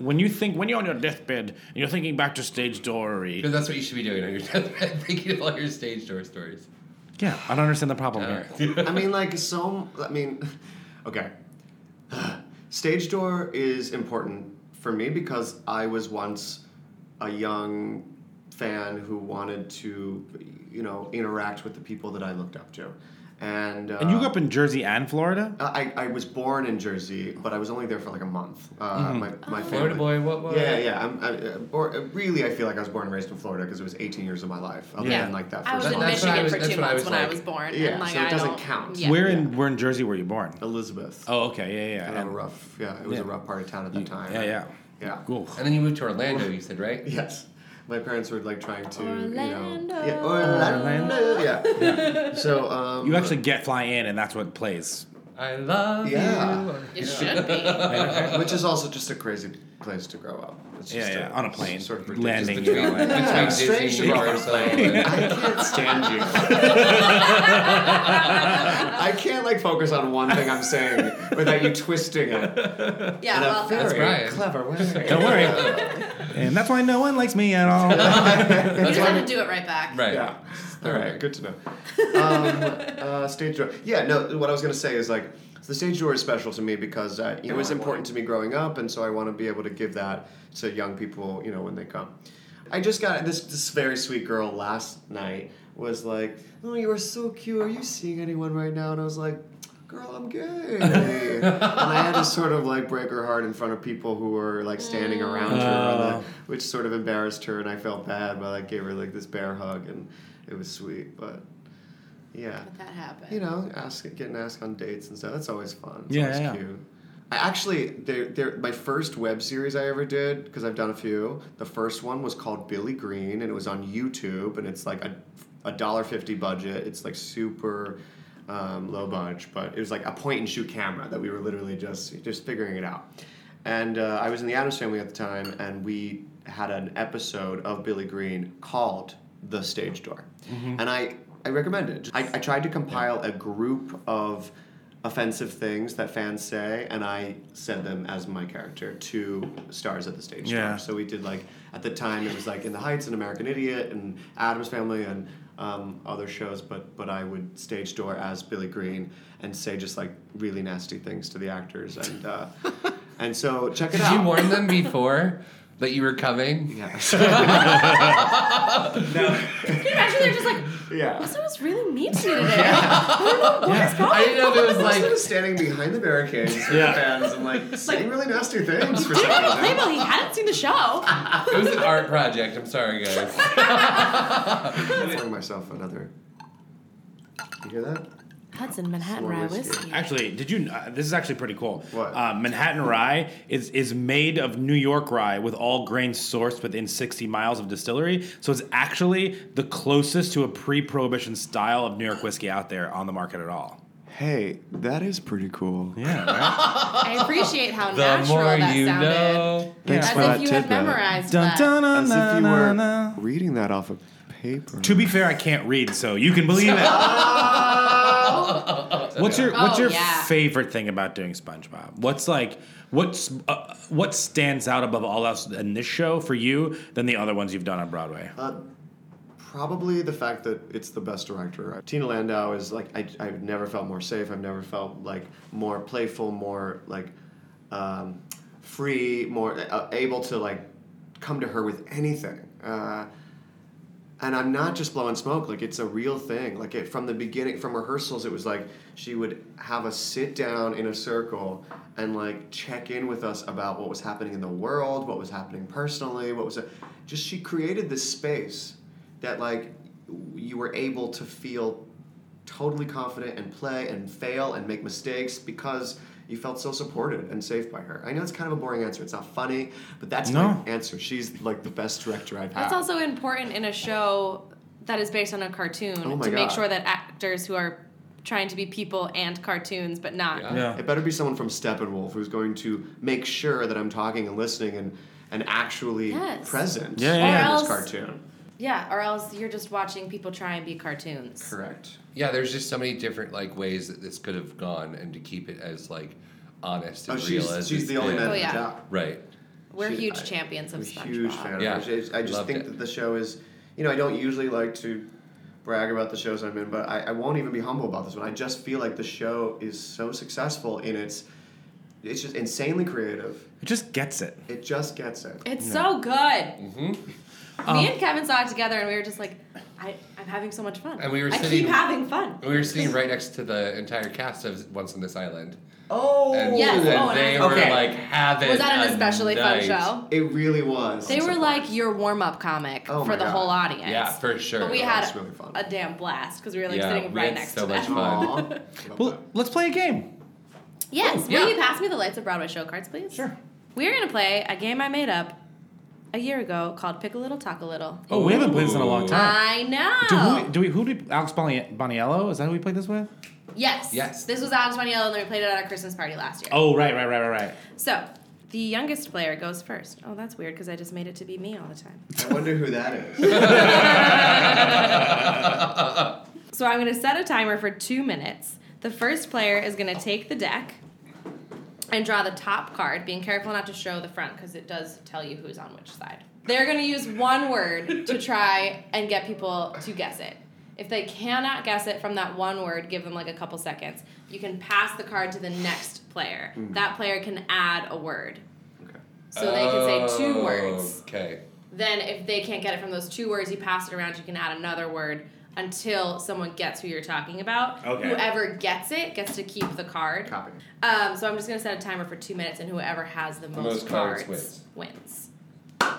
Speaker 8: when you think when you're on your deathbed and you're thinking back to stage doorery.
Speaker 9: Because that's what you should be doing on your *laughs* deathbed, thinking of all your stage door stories.
Speaker 8: Yeah, I don't understand the problem here.
Speaker 6: I mean, like so. I mean, okay. Stage door is important for me because I was once a young fan who wanted to, you know, interact with the people that I looked up to, and uh,
Speaker 8: And you grew up in Jersey and Florida.
Speaker 6: I, I was born in Jersey, but I was only there for like a month. Uh,
Speaker 8: Mhm.
Speaker 6: My, my
Speaker 9: Oh.
Speaker 6: family.
Speaker 9: Florida boy, what, what?
Speaker 6: Yeah, yeah. I'm, I, uh, bor- uh, really, I feel like I was born and raised in Florida because it was 18 years of my life. Other
Speaker 8: Yeah.
Speaker 6: than like that first
Speaker 10: I was in
Speaker 6: month.
Speaker 10: Michigan for two months when I was born.
Speaker 6: Yeah,
Speaker 10: and, like,
Speaker 6: so it
Speaker 10: I
Speaker 6: doesn't
Speaker 10: don't-
Speaker 6: count.
Speaker 10: Yeah.
Speaker 8: Where in where in Jersey were you born?
Speaker 6: Elizabeth.
Speaker 8: Oh, okay, yeah, yeah.
Speaker 6: Kind of a rough. Yeah, it was a
Speaker 8: yeah.
Speaker 6: rough part of town at the time.
Speaker 8: yeah, yeah.
Speaker 6: Yeah.
Speaker 8: Cool.
Speaker 9: And then you moved to Orlando, you
Speaker 6: *laughs*
Speaker 9: said, right?
Speaker 6: Yes. My parents were like trying to, you know,
Speaker 9: Orlando.
Speaker 6: yeah, Orlando. Yeah. yeah. So um,
Speaker 8: you actually get fly in, and that's what plays.
Speaker 9: I love
Speaker 6: Yeah.
Speaker 9: you.
Speaker 10: It should be.
Speaker 6: *laughs* Which is also just a crazy place to grow up. It's
Speaker 8: Yeah,
Speaker 6: just
Speaker 8: yeah, on a plane,
Speaker 6: sort of
Speaker 8: landing,
Speaker 6: ridiculous.
Speaker 8: you know, like-
Speaker 6: Yeah, *laughs*
Speaker 8: between
Speaker 6: strange
Speaker 8: Disney,
Speaker 6: to grow up on
Speaker 8: Universal,
Speaker 6: a plane. *laughs*
Speaker 8: and-
Speaker 6: I
Speaker 8: *laughs*
Speaker 6: can't stand you. I can't like focus on one thing I'm saying without you twisting it.
Speaker 10: Yeah,
Speaker 6: in
Speaker 10: well,
Speaker 6: a very
Speaker 10: that's
Speaker 9: Brian.
Speaker 6: clever way.
Speaker 8: Don't worry. and that's why no one likes me at all.
Speaker 10: you just have to do it right back.
Speaker 9: Right.
Speaker 6: Yeah. All right. Good to know. Um, *laughs* uh, stage door. Yeah. No. What I was gonna say is like the stage door is special to me because uh, it was important to me growing up, and so I want to be able to give that to young people. You know, when they come. I just got this. This very sweet girl last night was like, "Oh, you are so cute. Are you seeing anyone right now?" And I was like. Girl, I'm gay. and I had to sort of like break her heart in front of people who were like standing around her, and
Speaker 8: Oh.
Speaker 6: the, which sort of embarrassed her, and I felt bad, but I gave her like this bear hug, and it was sweet. But yeah,
Speaker 10: That happened.
Speaker 6: you know, ask getting asked on dates and stuff. That's always fun. It's
Speaker 8: Yeah,
Speaker 6: always
Speaker 8: yeah, yeah.
Speaker 6: cute. I actually, they're, they're, my first web series I ever did because I've done a few. The first one was called Billy Green, and it was on YouTube, and it's like a a dollar fifty budget. It's like super. Um, low budge, but it was like a point and shoot camera that we were literally just just figuring it out. And uh, I was in the Adams Family at the time, and we had an episode of Billy Green called "The Stage Door,"
Speaker 8: Mm-hmm.
Speaker 6: and I I recommend it. I, I tried to compile a group of offensive things that fans say, and I said them as my character to stars at the stage.
Speaker 8: Yeah.
Speaker 6: Door. So we did like at the time it was like In the Heights and American Idiot and Adam's Family and um, other shows, but but I would stage door as Billy Green and say just like really nasty things to the actors and. Uh, And so check it
Speaker 9: Did
Speaker 6: out.
Speaker 9: you warn them before that you were coming?
Speaker 10: Can you imagine they're just like,
Speaker 6: *laughs* Yeah.
Speaker 10: this was really mean to me today. I don't know what is going
Speaker 9: I didn't know there was
Speaker 6: I
Speaker 9: like.
Speaker 6: was standing behind the barricades with
Speaker 8: Yeah.
Speaker 6: the fans and like saying really nasty things for some
Speaker 10: on.
Speaker 6: reason.
Speaker 10: Playboy, he hadn't seen the show.
Speaker 9: It was an art project. I'm sorry, guys.
Speaker 6: I'm pouring myself another. You hear that?
Speaker 4: Hudson Manhattan
Speaker 6: Slow
Speaker 4: Rye
Speaker 6: whiskey.
Speaker 4: Whiskey.
Speaker 8: *laughs* Actually, did you? Uh, this is actually pretty cool.
Speaker 6: What?
Speaker 8: Uh, Manhattan rye is is made of New York rye with all grains sourced within 60 miles of distillery. So it's actually the closest to a pre-prohibition style of New York whiskey out there on the market at all.
Speaker 6: Hey, that is pretty cool.
Speaker 8: Yeah. *laughs* Right?
Speaker 10: I appreciate how
Speaker 9: *laughs* The
Speaker 10: natural
Speaker 9: more
Speaker 10: that
Speaker 9: you
Speaker 10: sounded.
Speaker 9: know.
Speaker 6: Thanks
Speaker 10: As
Speaker 6: for
Speaker 10: if
Speaker 6: that
Speaker 10: you
Speaker 6: tidbit.
Speaker 10: had memorized that.
Speaker 6: As if you were
Speaker 8: na.
Speaker 6: reading that off of paper.
Speaker 8: To be fair, I can't read, so you can believe *laughs* it. What's your What's
Speaker 10: Oh,
Speaker 8: your
Speaker 10: yeah.
Speaker 8: favorite thing about doing SpongeBob? What's like what's uh, what stands out above all else in this show for you than the other ones you've done on Broadway?
Speaker 6: Uh, Probably the fact that it's the best director. Tina Landau is like I, I've never felt more safe. I've never felt like more playful, more like um, free, more uh, able to like come to her with anything. Uh, and I'm not just blowing smoke. Like it's a real thing. Like it from the beginning, from rehearsals, it was like she would have us sit down in a circle and like check in with us about what was happening in the world, what was happening personally, what was just she created this space that like you were able to feel totally confident and play and fail and make mistakes because you felt so supported and safe by her. I know it's kind of a boring answer. It's not funny, but that's
Speaker 8: No.
Speaker 6: my answer. She's like the best director I've had.
Speaker 10: That's also important in a show
Speaker 4: that is based on a cartoon
Speaker 6: Oh my
Speaker 4: to make
Speaker 6: God.
Speaker 4: sure that actors who are trying to be people and cartoons, but not.
Speaker 6: It better be someone from Steppenwolf who's going to make sure that I'm talking and listening and, and actually
Speaker 4: Yes.
Speaker 6: present
Speaker 4: Yeah, yeah, yeah. Or
Speaker 6: in
Speaker 4: else-
Speaker 6: this cartoon.
Speaker 4: Yeah, or else you're just watching people try and be cartoons.
Speaker 6: Correct.
Speaker 9: Yeah, there's just so many different like ways that this could have gone, and to keep it as like honest and
Speaker 6: Oh,
Speaker 9: real
Speaker 6: she's-
Speaker 9: as
Speaker 6: she's
Speaker 9: it's
Speaker 6: the only
Speaker 9: been.
Speaker 6: man
Speaker 4: Oh, who yeah. did that.
Speaker 9: Right.
Speaker 4: We're
Speaker 6: She-
Speaker 4: huge
Speaker 6: I-
Speaker 4: champions of
Speaker 6: I'm a
Speaker 4: SpongeBob.
Speaker 6: huge fan
Speaker 9: Yeah.
Speaker 6: of it. I just
Speaker 9: Loved
Speaker 6: think
Speaker 9: it.
Speaker 6: that the show is, you know, I don't usually like to brag about the shows I'm in, but I, I won't even be humble about this one. I just feel like the show is so successful in its, it's just insanely creative.
Speaker 8: It just gets it.
Speaker 6: It just gets it.
Speaker 4: It's so good.
Speaker 9: Mm-hmm.
Speaker 4: Me and Kevin saw it together, and we were just like, I, I'm having so much fun.
Speaker 9: And we were
Speaker 4: I
Speaker 9: sitting-
Speaker 4: keep having fun.
Speaker 9: We were sitting right next to the entire cast of Once on This Island.
Speaker 6: Oh,
Speaker 9: And,
Speaker 4: Yes,
Speaker 9: and
Speaker 4: oh, and
Speaker 9: they
Speaker 4: I-
Speaker 9: were
Speaker 4: Okay.
Speaker 9: like having.
Speaker 4: Was that an
Speaker 9: a
Speaker 4: especially fun
Speaker 9: night.
Speaker 4: show?
Speaker 6: It really was.
Speaker 4: They were like your warm up comic
Speaker 9: Oh
Speaker 4: for
Speaker 9: my
Speaker 4: the
Speaker 9: God.
Speaker 4: whole audience.
Speaker 9: Yeah, for sure.
Speaker 4: But we
Speaker 9: Yeah,
Speaker 4: had
Speaker 9: that's really fun.
Speaker 4: a damn blast because we were like
Speaker 9: Yeah,
Speaker 4: sitting
Speaker 9: we
Speaker 4: right
Speaker 9: had
Speaker 4: next
Speaker 9: so
Speaker 4: to
Speaker 9: much
Speaker 4: them.
Speaker 9: fun.
Speaker 8: Well, let's play a game.
Speaker 4: Yes.
Speaker 8: Yeah.
Speaker 4: Will you pass me the lights of Broadway show cards, please? Sure. We're gonna play a game I made up a year ago called Pick a Little, Talk a Little.
Speaker 8: Oh, we haven't played this in a long time.
Speaker 4: I know.
Speaker 8: Do, who, do we? Who did Alex Boni- Boniello? Is that who we played this with?
Speaker 4: Yes.
Speaker 8: Yes.
Speaker 4: This was Alex Maniello, and then we played it at our Christmas party last year.
Speaker 8: Oh, right, right, right, right, right.
Speaker 4: So the youngest player goes first. Oh, that's weird because I just made it to be me all the time.
Speaker 6: I wonder who that is.
Speaker 4: So I'm going to set a timer for two minutes. The first player is going to take the deck and draw the top card, being careful not to show the front because it does tell you who's on which side. They're going to use one word to try and get people to guess it. If they cannot guess it from that one word, give them like a couple seconds. You can pass the card to the next player.
Speaker 9: Mm.
Speaker 4: That player can add a word. So they can say two
Speaker 9: Oh,
Speaker 4: words.
Speaker 9: Okay.
Speaker 4: Then, if they can't get it from those two words, you pass it around. You can add another word until someone gets who you're talking about.
Speaker 9: Okay.
Speaker 4: Whoever gets it gets to keep the card. Copy. Um, so I'm just gonna set a timer for two minutes, and whoever has the most,
Speaker 9: most
Speaker 4: cards,
Speaker 9: cards wins.
Speaker 4: wins.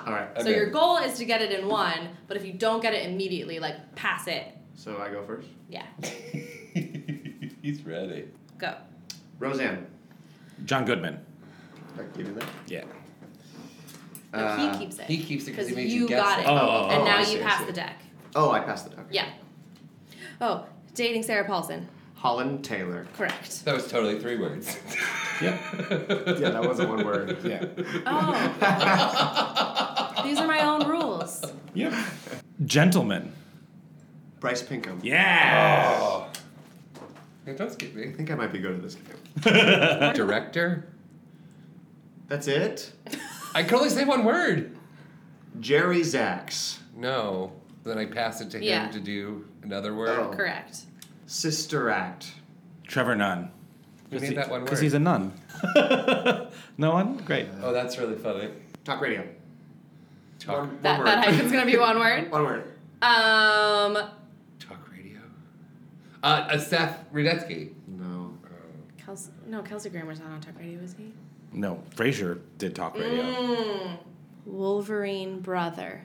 Speaker 6: All right.
Speaker 4: So your goal is to get it in one, but if you don't get it immediately, like pass it.
Speaker 6: So I go first.
Speaker 4: Yeah,
Speaker 9: *laughs* He's ready.
Speaker 4: go.
Speaker 6: Roseanne.
Speaker 8: John Goodman.
Speaker 6: I give you that.
Speaker 8: Yeah.
Speaker 4: No,
Speaker 6: Uh,
Speaker 4: he keeps it.
Speaker 9: Uh, He keeps it because he
Speaker 4: because
Speaker 9: made
Speaker 4: you
Speaker 9: guess
Speaker 4: got it,
Speaker 9: it.
Speaker 4: and now
Speaker 6: I
Speaker 4: you
Speaker 6: see, I
Speaker 4: pass
Speaker 6: see.
Speaker 4: the deck.
Speaker 6: Oh, I passed the dog.
Speaker 4: Yeah. Oh, dating Sarah Paulson.
Speaker 6: Holland Taylor.
Speaker 4: Correct.
Speaker 9: That was totally three words. *laughs*
Speaker 6: Yeah, that wasn't one word. *laughs*
Speaker 8: *laughs*
Speaker 6: Yeah.
Speaker 4: Oh. These are my own rules.
Speaker 8: Gentleman.
Speaker 6: Bryce Pinkham.
Speaker 8: Yeah.
Speaker 9: It does get me.
Speaker 6: I think I might be good at this game.
Speaker 9: *laughs* Director.
Speaker 6: That's it?
Speaker 9: I could only say one word.
Speaker 6: Jerry Zachs.
Speaker 9: No. Then I pass it to him
Speaker 4: Yeah.
Speaker 9: to do another word.
Speaker 4: Correct.
Speaker 6: Sister Act.
Speaker 8: Trevor Nunn.
Speaker 9: We made that one word.
Speaker 8: Because he's a nun. *laughs* no one? Great.
Speaker 9: Oh, that's really funny.
Speaker 6: Talk radio.
Speaker 9: Talk.
Speaker 4: That,
Speaker 9: word.
Speaker 4: that hyphen's gonna be one
Speaker 6: *laughs*
Speaker 4: word.
Speaker 6: One word.
Speaker 4: Um,
Speaker 9: Uh, uh, Seth Rudetsky.
Speaker 6: No.
Speaker 4: Kelsey, no, Kelsey Grammer's not on Talk Radio, is he?
Speaker 8: No, Frasier did talk radio.
Speaker 4: Mm. Wolverine brother.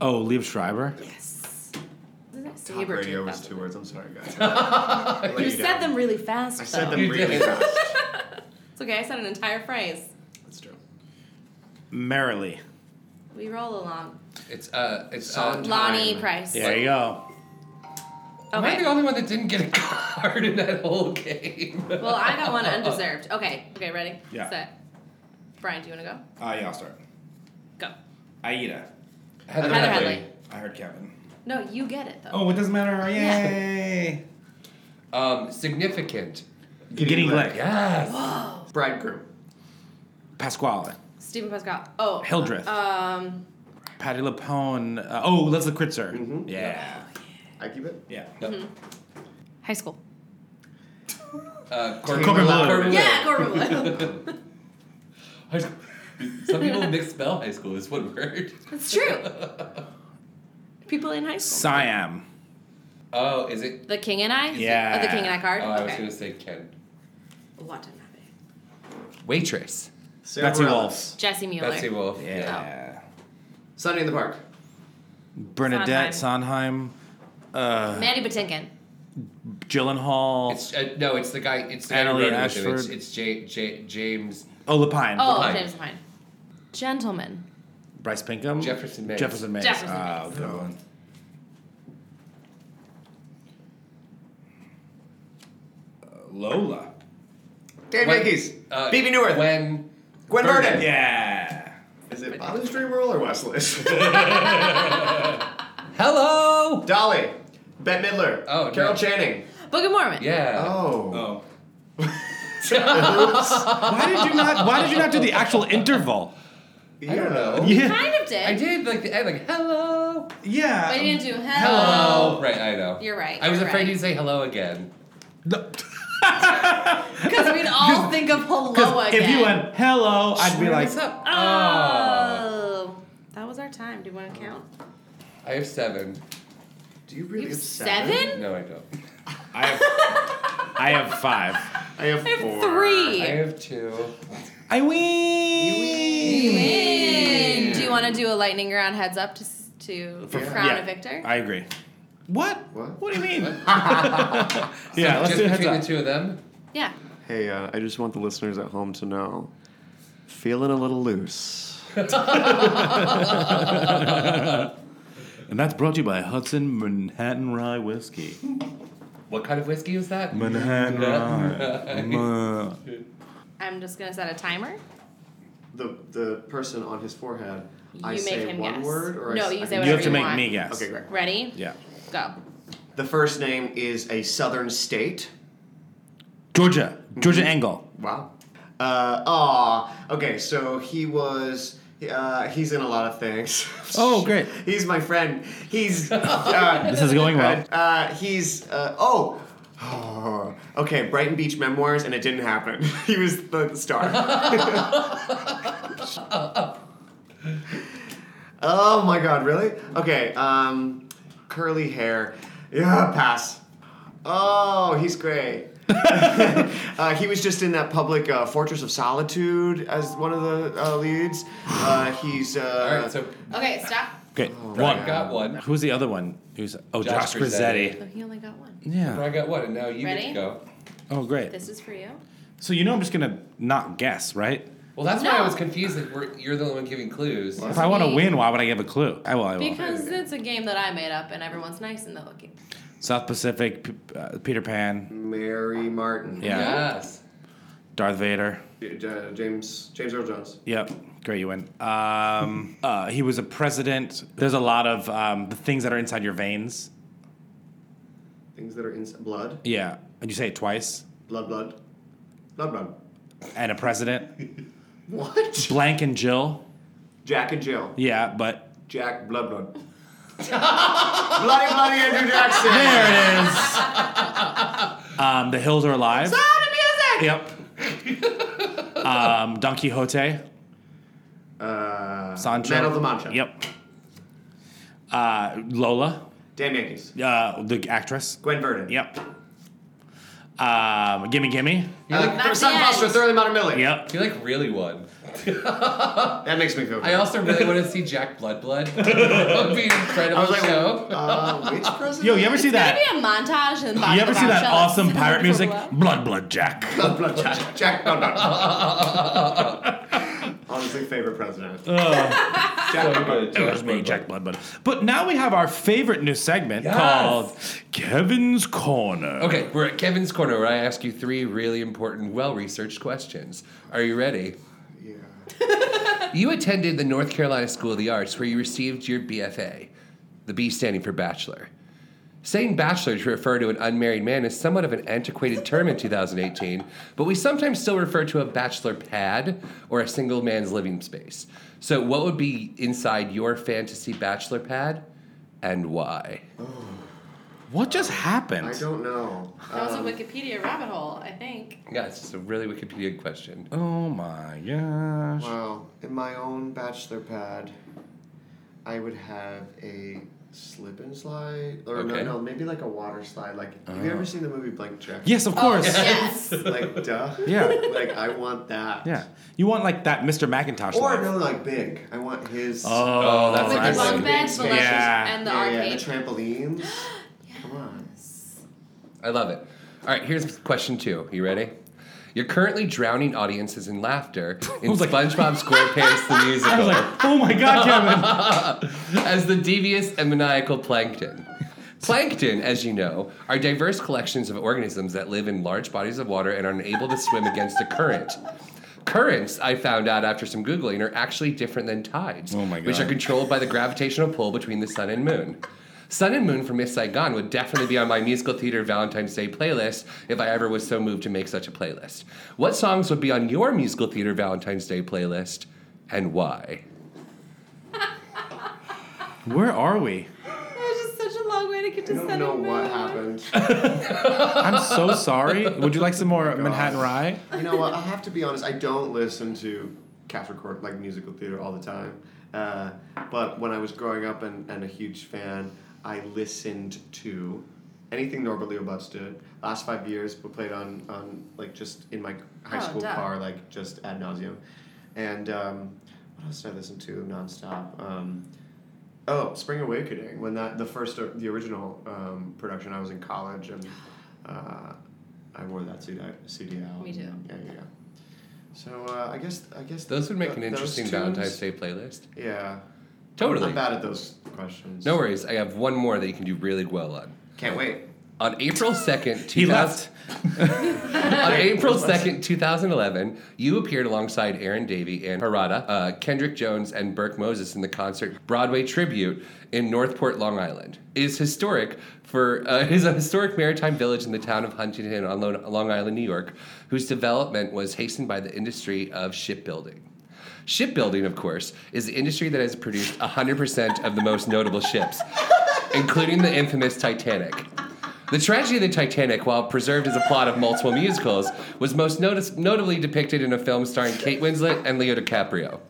Speaker 8: Oh, Liev Schreiber.
Speaker 6: Talk
Speaker 4: Saber
Speaker 6: radio was two words. I'm sorry, guys. I let
Speaker 4: *laughs* You
Speaker 6: you
Speaker 4: said
Speaker 6: down.
Speaker 4: them really fast.
Speaker 6: I said
Speaker 4: though.
Speaker 6: them really fast.
Speaker 4: *laughs* It's okay. I said an entire phrase.
Speaker 6: That's true.
Speaker 8: Merrily.
Speaker 4: We roll along.
Speaker 9: It's uh, it's uh,
Speaker 6: Sondheim.
Speaker 4: Lonnie Price.
Speaker 8: There you go.
Speaker 9: Am I the only one that didn't get a *laughs* card in that whole game?
Speaker 4: Well, I got one
Speaker 9: *laughs*
Speaker 4: undeserved. Okay. Okay. Ready?
Speaker 8: Yeah.
Speaker 4: Set. Brian, do you want to
Speaker 8: Uh, yeah, I'll start.
Speaker 4: Go.
Speaker 8: Aida.
Speaker 9: Heather
Speaker 4: Heather Headley. Headley.
Speaker 8: I heard Kevin.
Speaker 4: go? No, you get it though.
Speaker 8: Oh, it doesn't matter. Yay.
Speaker 9: Um, significant.
Speaker 8: Getting, Getting leg.
Speaker 9: Yes.
Speaker 4: Whoa.
Speaker 6: Bridegroom.
Speaker 8: Pasquale. Uh,
Speaker 4: Stephen Pascal. Oh.
Speaker 8: Hildreth.
Speaker 4: Um.
Speaker 8: Patty Lapone. Uh, oh, Leslie Kritzer. Yeah.
Speaker 6: I keep it?
Speaker 8: Yeah.
Speaker 4: mhm. High school.
Speaker 9: Uh,
Speaker 8: Corbin Bleu.
Speaker 4: Yeah, *laughs* Corbin Bleu.
Speaker 9: *laughs* High school. Some people misspell high school. It's one word. *laughs*
Speaker 4: That's true. People in high school.
Speaker 8: Siam.
Speaker 9: Oh, is it?
Speaker 4: The King and I?
Speaker 8: Yeah.
Speaker 4: Oh, the King and I card?
Speaker 9: Oh, I was
Speaker 4: okay.
Speaker 9: gonna say Ken.
Speaker 4: Watanabe.
Speaker 9: Waitress.
Speaker 6: Sarah
Speaker 8: Betsy
Speaker 6: Bareilles.
Speaker 4: Jesse Mueller.
Speaker 9: Betsy Wolf.
Speaker 8: Yeah.
Speaker 6: Sunday in the Park.
Speaker 8: Bernadette Sondheim. Uh,
Speaker 4: Maddie Batinkin.
Speaker 8: Gyllenhaal.
Speaker 9: It's, uh, no, it's the guy. It's the guy
Speaker 8: Annalee
Speaker 9: who wrote
Speaker 8: Oh. Ashford.
Speaker 9: it with him. It's, it's J, J, James.
Speaker 8: oh, Lapine.
Speaker 4: Oh,
Speaker 9: Lapine.
Speaker 4: James Lapine. Gentleman.
Speaker 8: Bryce Pinkham.
Speaker 9: Jefferson Mays.
Speaker 8: Jefferson Mays.
Speaker 4: Jefferson
Speaker 8: Ah,
Speaker 4: Mays.
Speaker 8: good one. Lola.
Speaker 6: Dan
Speaker 9: When-
Speaker 6: Yankees.
Speaker 9: uh,
Speaker 6: BB Newirth.
Speaker 9: Gwen.
Speaker 6: Gwen
Speaker 9: Burden.
Speaker 6: Burden.
Speaker 8: Yeah.
Speaker 6: Is it Bobby's Dream World or Wesley's? *laughs*
Speaker 9: Hello.
Speaker 6: Dolly. Bette Midler.
Speaker 9: Oh,
Speaker 6: Carol
Speaker 9: no.
Speaker 6: Channing.
Speaker 4: Book of Mormon.
Speaker 9: Yeah.
Speaker 6: Oh.
Speaker 8: Why did you not? Why did you not do the actual interval?
Speaker 6: I don't know.
Speaker 9: Yeah.
Speaker 4: Kind of did.
Speaker 9: I did like the end, like hello.
Speaker 8: Yeah.
Speaker 4: But you didn't do hello.
Speaker 9: Hello. Right, I know.
Speaker 4: You're right,
Speaker 9: I was
Speaker 4: you're
Speaker 9: afraid
Speaker 4: right.
Speaker 9: you'd say hello again.
Speaker 4: *laughs* Because we'd all think of hello Oh, again.
Speaker 8: If you went hello, I'd be
Speaker 4: *laughs*
Speaker 9: Sure,
Speaker 8: like,
Speaker 9: what's up?
Speaker 4: "Ah, Oh. That was our time. Do you want to count?
Speaker 9: I have seven.
Speaker 6: Do you really
Speaker 4: You have have seven? seven?
Speaker 9: No, I don't.
Speaker 8: I have, I have five.
Speaker 6: I have
Speaker 4: I have four. three.
Speaker 9: I have two.
Speaker 8: I win.
Speaker 4: Win. Do you want to do a lightning round heads up to s- to crown
Speaker 8: yeah.
Speaker 4: a victor?
Speaker 8: I agree. What?
Speaker 6: What?
Speaker 8: What do you mean?
Speaker 9: So
Speaker 8: *laughs* yeah, let's
Speaker 9: just
Speaker 8: do a heads
Speaker 9: between
Speaker 8: up.
Speaker 9: the two of them.
Speaker 4: yeah.
Speaker 6: Hey, uh, I just want the listeners at home to know. Feeling a little loose.
Speaker 8: And that's brought to you by Hudson Manhattan Rye Whiskey.
Speaker 9: What kind of whiskey was that?
Speaker 8: Manhattan Rye. Ma-
Speaker 4: I'm just gonna set a timer.
Speaker 6: The the person on his forehead. I
Speaker 4: You
Speaker 6: say
Speaker 4: make him
Speaker 6: one
Speaker 4: guess.
Speaker 6: word, or I
Speaker 4: No,
Speaker 6: s-
Speaker 4: you
Speaker 6: I
Speaker 4: say
Speaker 6: can-
Speaker 8: you have
Speaker 4: Whatever
Speaker 8: to
Speaker 4: you
Speaker 8: make
Speaker 4: want.
Speaker 8: me guess.
Speaker 6: Okay, great.
Speaker 4: Ready?
Speaker 8: Yeah.
Speaker 4: Go.
Speaker 6: The first name is a southern state.
Speaker 8: Georgia. Georgia Engel.
Speaker 6: Wow. Uh, aw. Okay, so he was. Uh, he's in a lot of things.
Speaker 8: Oh, great.
Speaker 6: *laughs* he's my friend. He's. *laughs* Uh,
Speaker 8: This is going well.
Speaker 6: Uh, uh, he's. Uh, oh. Oh, *sighs* okay, Brighton Beach Memoirs, and it didn't happen. *laughs* he was the star. oh my god, really? Okay, um, curly hair. Yeah, pass. Oh, he's great. *laughs* Uh, he was just in that public uh, Fortress of Solitude as one of the uh, leads. Uh, he's. Uh,
Speaker 9: All right, so
Speaker 4: Okay, stop.
Speaker 8: Okay,
Speaker 9: Brian
Speaker 8: one.
Speaker 9: got one.
Speaker 8: Who's the other one? Who's oh
Speaker 9: Josh
Speaker 8: Josh, Grizzetti.
Speaker 4: So he only got one.
Speaker 8: Yeah.
Speaker 9: Brian got one, and now you get
Speaker 4: Ready?
Speaker 9: to go.
Speaker 8: Oh great.
Speaker 4: This is for you.
Speaker 8: So you know I'm just gonna not guess, right?
Speaker 9: Well, that's why I
Speaker 4: No.
Speaker 9: was confused that we're, you're the only one giving clues.
Speaker 8: If I want to win, why would I give a clue? I will. I will.
Speaker 4: Because it's a game that I made up and everyone's nice in the hooking.
Speaker 8: South Pacific, P- uh, Peter
Speaker 6: Mm-hmm.
Speaker 8: Pan,
Speaker 6: Mary Martin.
Speaker 8: Yeah.
Speaker 9: Yes.
Speaker 8: Darth Vader.
Speaker 6: Uh, James James Earl Jones.
Speaker 8: Yep. Great, you win. Um, uh, he was a president. There's a lot of um, the things that are inside your veins.
Speaker 6: Things that are in blood,
Speaker 8: Yeah, and you say it twice.
Speaker 6: blood, blood, blood, blood.
Speaker 8: And a president,
Speaker 6: What?
Speaker 8: blank and Jill.
Speaker 6: Jack and Jill.
Speaker 8: Yeah, but
Speaker 6: Jack, blood, *laughs* blood. bloody, bloody Andrew Jackson.
Speaker 8: there it is. um, the hills are alive.
Speaker 4: Sound of music!
Speaker 8: Yep. um, Don Quixote.
Speaker 6: Uh,
Speaker 8: Sancho.
Speaker 6: Man of the Mancha.
Speaker 8: Yep. Uh, Lola,
Speaker 6: Dan Yankees.
Speaker 8: uh, the actress.
Speaker 6: Gwen Verdon.
Speaker 8: Yep. Um, gimme, gimme.
Speaker 6: Uh, for
Speaker 4: That's
Speaker 6: Son
Speaker 4: the
Speaker 6: Foster,
Speaker 4: end.
Speaker 6: Thoroughly Modern Millie.
Speaker 8: Yep.
Speaker 9: You like really won.
Speaker 6: That makes me feel good.
Speaker 9: I also really want to see Jack Blood Blood. *laughs* That would be an incredible
Speaker 6: I was like,
Speaker 9: show.
Speaker 6: uh, which president?
Speaker 8: Yo, you ever see that?
Speaker 4: Maybe a montage and
Speaker 8: You ever see that
Speaker 4: Bob
Speaker 8: awesome
Speaker 4: Shelley's-
Speaker 8: pirate music? Blood, blood, Jack.
Speaker 6: Blood, blood, Jack. Jack, blood, blood.
Speaker 8: *laughs*
Speaker 6: Honestly, favorite president. Jack, blood, blood.
Speaker 8: It was me, Jack Blood, blood. But now we have our favorite new segment
Speaker 9: Yes.
Speaker 8: called Kevin's Corner.
Speaker 9: Okay, we're at Kevin's Corner where I ask you three really important, well researched questions. Are you ready? Yeah. you attended the North Carolina School of the Arts where you received your BFA, the B standing for Bachelor. Saying bachelor to refer to an unmarried man is somewhat of an antiquated term in 2018, but we sometimes still refer to a bachelor pad or a single man's living space. So, what would be inside your fantasy bachelor pad and why?
Speaker 8: What just happened?
Speaker 6: I don't know.
Speaker 4: That was a Wikipedia rabbit hole, I think.
Speaker 9: Yeah, it's just a really Wikipedia question.
Speaker 8: Oh my gosh.
Speaker 6: Wow. In my own bachelor pad, I would have a slip and slide, or
Speaker 9: Okay.
Speaker 6: no, no, maybe like a water slide. Like, have you ever seen the movie Blank Check?
Speaker 8: Oh. Yes, of course.
Speaker 6: Oh,
Speaker 4: Yes.
Speaker 6: *laughs* Like, duh. *laughs*
Speaker 8: Yeah.
Speaker 6: Like, I want that.
Speaker 8: Yeah. You want like that Mr. McIntosh
Speaker 6: Or
Speaker 8: life.
Speaker 6: no, like big. I want his.
Speaker 8: Oh, that's
Speaker 9: that's
Speaker 4: With
Speaker 9: Right.
Speaker 4: the
Speaker 8: nice.
Speaker 4: bunk beds, the lounges,
Speaker 8: Yeah.
Speaker 4: and the
Speaker 6: yeah, yeah,
Speaker 4: arcade.
Speaker 6: the
Speaker 4: *gasps*
Speaker 6: trampolines. Come on.
Speaker 9: I love it. All right, here's question two. You ready? You're currently drowning audiences in laughter
Speaker 8: *laughs*
Speaker 9: in
Speaker 8: was like-
Speaker 9: SpongeBob SquarePants the musical
Speaker 8: I was like, oh my god, Kevin.
Speaker 9: as the devious and maniacal plankton. Plankton, as you know, are diverse collections of organisms that live in large bodies of water and are unable to swim against the current. Currents, I found out after some Googling, are actually different than tides,
Speaker 8: Oh my
Speaker 9: which
Speaker 8: God.
Speaker 9: are controlled by the gravitational pull between the sun and moon. Sun and Moon from Miss Saigon would definitely be on my musical theater Valentine's Day playlist if I ever was so moved to make such a playlist. What songs would be on your musical theater Valentine's Day playlist and why?
Speaker 8: Where are we?
Speaker 4: That was just such a long way to get to
Speaker 6: I don't know
Speaker 4: Sunday.
Speaker 6: what happened.
Speaker 8: I'm so sorry. Would you like some
Speaker 6: Oh
Speaker 8: more Manhattan Rye?
Speaker 6: You know what? I have to be honest. I don't listen to cast record like musical theater all the time. Uh, but when I was growing up and, and a huge fan, I listened to anything Norbert Leobutz did. Last five years, we played on on like just in my high
Speaker 12: Oh,
Speaker 6: school
Speaker 12: duh.
Speaker 6: car, like just ad nauseum. And um, what else did I listen to nonstop? Um, Oh, Spring Awakening. When that the first the original um, production, I was in college and uh, I wore that CD, CD out.
Speaker 4: Me too.
Speaker 6: Yeah, yeah. yeah. So uh, I guess I guess
Speaker 9: Those would make an
Speaker 6: th- those
Speaker 9: interesting
Speaker 6: tunes-
Speaker 9: Valentine's Day playlist.
Speaker 6: Yeah,
Speaker 9: Totally.
Speaker 6: I'm bad at those questions.
Speaker 9: No worries. I have one more that you can do really well on.
Speaker 6: Can't wait.
Speaker 9: On April 2nd,
Speaker 8: He
Speaker 9: 2000, *laughs* on April
Speaker 8: He left.
Speaker 9: 2nd, 2011, you appeared alongside Aaron Davey and Harada, uh, Kendrick Jones, and Burke Moses in the concert Broadway Tribute in Northport, Long Island. It is historic for uh, *laughs* it is a historic maritime village in the town of Huntington on Lo- Long Island, New York, whose development was hastened by the industry of shipbuilding. Shipbuilding, of course, is the industry that has produced 100% of the most notable ships, including the infamous Titanic. The tragedy of the Titanic, while preserved as a plot of multiple musicals, was most notice- notably depicted in a film starring Kate Winslet and Leo DiCaprio.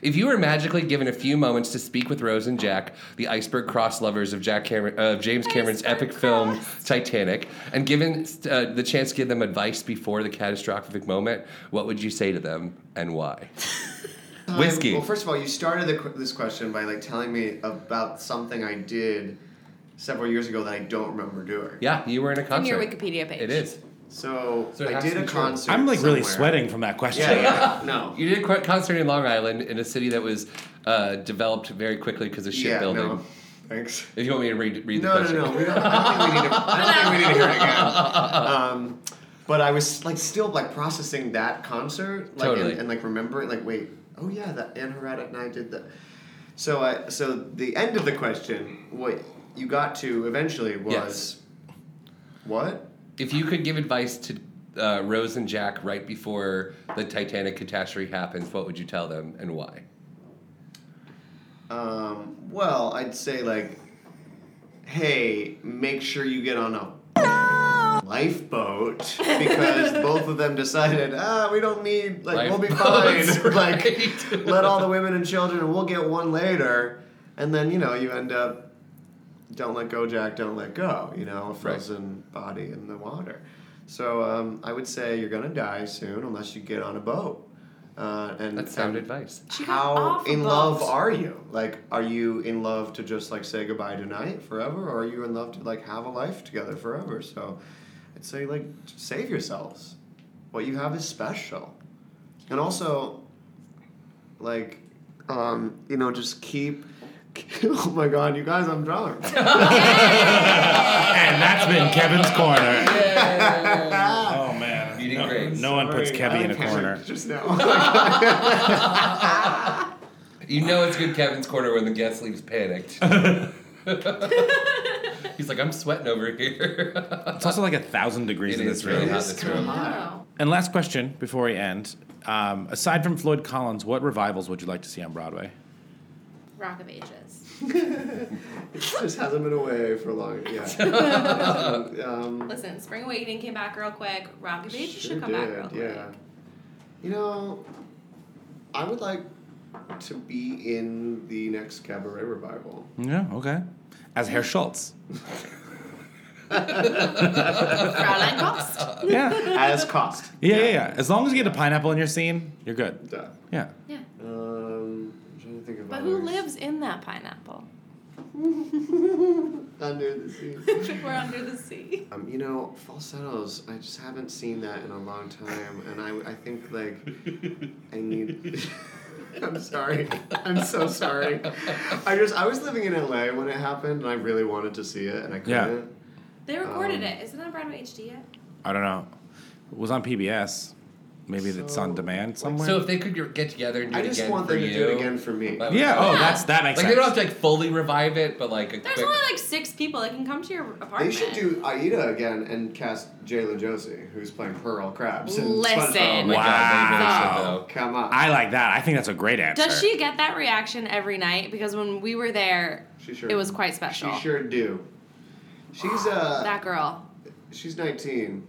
Speaker 9: If you were magically given a few moments to speak with Rose and Jack, the iceberg cross lovers of Jack Cameron, of James Cameron's epic film Titanic, and given uh, the chance to give them advice before the catastrophic moment, what would you say to them
Speaker 4: *laughs*
Speaker 9: and why?
Speaker 6: Time-
Speaker 9: Whiskey.
Speaker 6: Well, first of all, you started the, qu- this question by like telling me about something I did several years ago that I don't remember doing.
Speaker 9: Yeah, you were in a
Speaker 4: On your
Speaker 9: concert.
Speaker 4: Wikipedia page.
Speaker 9: is.
Speaker 6: So,
Speaker 9: So it
Speaker 6: I
Speaker 9: has to
Speaker 6: did
Speaker 9: be
Speaker 6: a
Speaker 9: true.
Speaker 6: concert.
Speaker 8: I'm like really
Speaker 6: somewhere.
Speaker 8: sweating from that question.
Speaker 6: Yeah, yeah,
Speaker 9: *laughs*
Speaker 6: no.
Speaker 9: You did a qu- concert in Long Island in a city that was uh, developed very quickly because of
Speaker 6: Yeah,
Speaker 9: shipbuilding.
Speaker 6: no. Thanks.
Speaker 9: If you want me to read, read
Speaker 6: No,
Speaker 9: the question.
Speaker 6: no, no. We don't, I don't think we need to. I don't think we need to hear it
Speaker 9: *laughs*
Speaker 6: again. Um, but I was like still like processing that concert, like
Speaker 9: Totally.
Speaker 6: and, and like remembering, like wait, oh yeah, that Anne Harada and I did that. So I so the end of the question, what you got to eventually was what?
Speaker 9: If you could give advice to uh, Rose and Jack right before the Titanic catastrophe happens, what would you tell them and why?
Speaker 6: Um, well, I'd say like, hey, make sure you get on a lifeboat because both of them decided, ah, we don't need like we'll be fine. *laughs*
Speaker 9: Lifeboats,
Speaker 6: Like, let all the women and children, and we'll get one later. And then you know you end up, don't let go, Jack, don't let go. You know, a frozen body in the water. So um, I would say you're gonna die soon unless you get on a boat. Uh, and
Speaker 9: That's sound
Speaker 6: and-
Speaker 9: advice.
Speaker 6: how
Speaker 9: off a
Speaker 6: in
Speaker 9: boat.
Speaker 6: love are you? Like, are you in love to just like say goodbye tonight forever, or are you in love to like have a life together forever? So, I'd say like save yourselves. What you have is special, and also, like, um, you know, just keep. *laughs* Oh my God, you guys, I'm drunk.
Speaker 8: And that's been Kevin's corner. Oh man,
Speaker 9: you did
Speaker 8: no,
Speaker 9: great.
Speaker 8: No one puts Kevin *laughs* in a corner. *laughs*
Speaker 6: Just
Speaker 9: You know it's good Kevin's corner when the guest
Speaker 8: *laughs*
Speaker 9: leaves panicked. He's like, I'm sweating over here.
Speaker 8: It's also like a thousand degrees
Speaker 9: It
Speaker 8: in
Speaker 9: is
Speaker 8: this
Speaker 6: *laughs*
Speaker 9: really
Speaker 8: room.
Speaker 9: hot
Speaker 4: Oh,
Speaker 9: in this room.
Speaker 8: And last question before we end. Um, aside from Floyd Collins, what revivals would you like to see on Broadway?
Speaker 10: Rock of Ages.
Speaker 6: it just hasn't been away for long. Yeah. um,
Speaker 4: Listen, Spring Awakening came back real quick. Rock of Ages
Speaker 6: Sure
Speaker 4: should come back real
Speaker 6: did, yeah. You know, I would like to be in the next cabaret
Speaker 4: *laughs*
Speaker 6: revival.
Speaker 8: Yeah, okay. As Herr Schultz. *laughs*
Speaker 6: Fraulein
Speaker 4: Cost.
Speaker 8: *laughs* Yeah.
Speaker 6: As cost. *laughs*
Speaker 8: Yeah, yeah, yeah. As long as you get a pineapple in your scene, you're good.
Speaker 6: Yeah.
Speaker 8: Yeah.
Speaker 4: Yeah.
Speaker 6: Um, I'm trying to think of
Speaker 4: But who
Speaker 6: others.
Speaker 4: lives in that *laughs* pineapple?
Speaker 6: Under the sea.
Speaker 4: *laughs* We're under the sea.
Speaker 6: Um, you know, falsettos, I just haven't seen that in a long time, and I, I think, like, I need. *laughs* I'm sorry. I'm so sorry. I just I was living in LA when it happened, and I really wanted to see it, and I
Speaker 8: Yeah.
Speaker 6: couldn't.
Speaker 10: They recorded it. Is it on Broadway HD yet?
Speaker 8: I don't know. It was on PBS. Maybe it's on demand somewhere.
Speaker 9: So if they could get together and do
Speaker 6: I
Speaker 9: it
Speaker 6: just
Speaker 9: again
Speaker 6: want
Speaker 9: for
Speaker 6: them
Speaker 9: you,
Speaker 6: to do it again for me.
Speaker 9: that would
Speaker 8: Yeah,
Speaker 9: be
Speaker 8: oh,
Speaker 9: fun.
Speaker 8: that's that makes
Speaker 9: Like
Speaker 8: sense.
Speaker 9: they don't have to like fully revive it, but like a
Speaker 10: There's
Speaker 9: quick.
Speaker 10: only like six people that can come to your apartment.
Speaker 6: They should do Aida again and cast Jalen Josie, who's playing Pearl Krabs. in
Speaker 10: Listen.
Speaker 6: SpongeBob.
Speaker 10: Oh my
Speaker 8: God, they really should, though.
Speaker 6: Come on.
Speaker 8: I like that. I think that's a great answer.
Speaker 10: Does she get that reaction every night? Because when we were there,
Speaker 6: She sure-
Speaker 10: it was quite special.
Speaker 6: She sure do. She's
Speaker 10: *sighs*
Speaker 6: uh
Speaker 10: that girl.
Speaker 6: she's 19.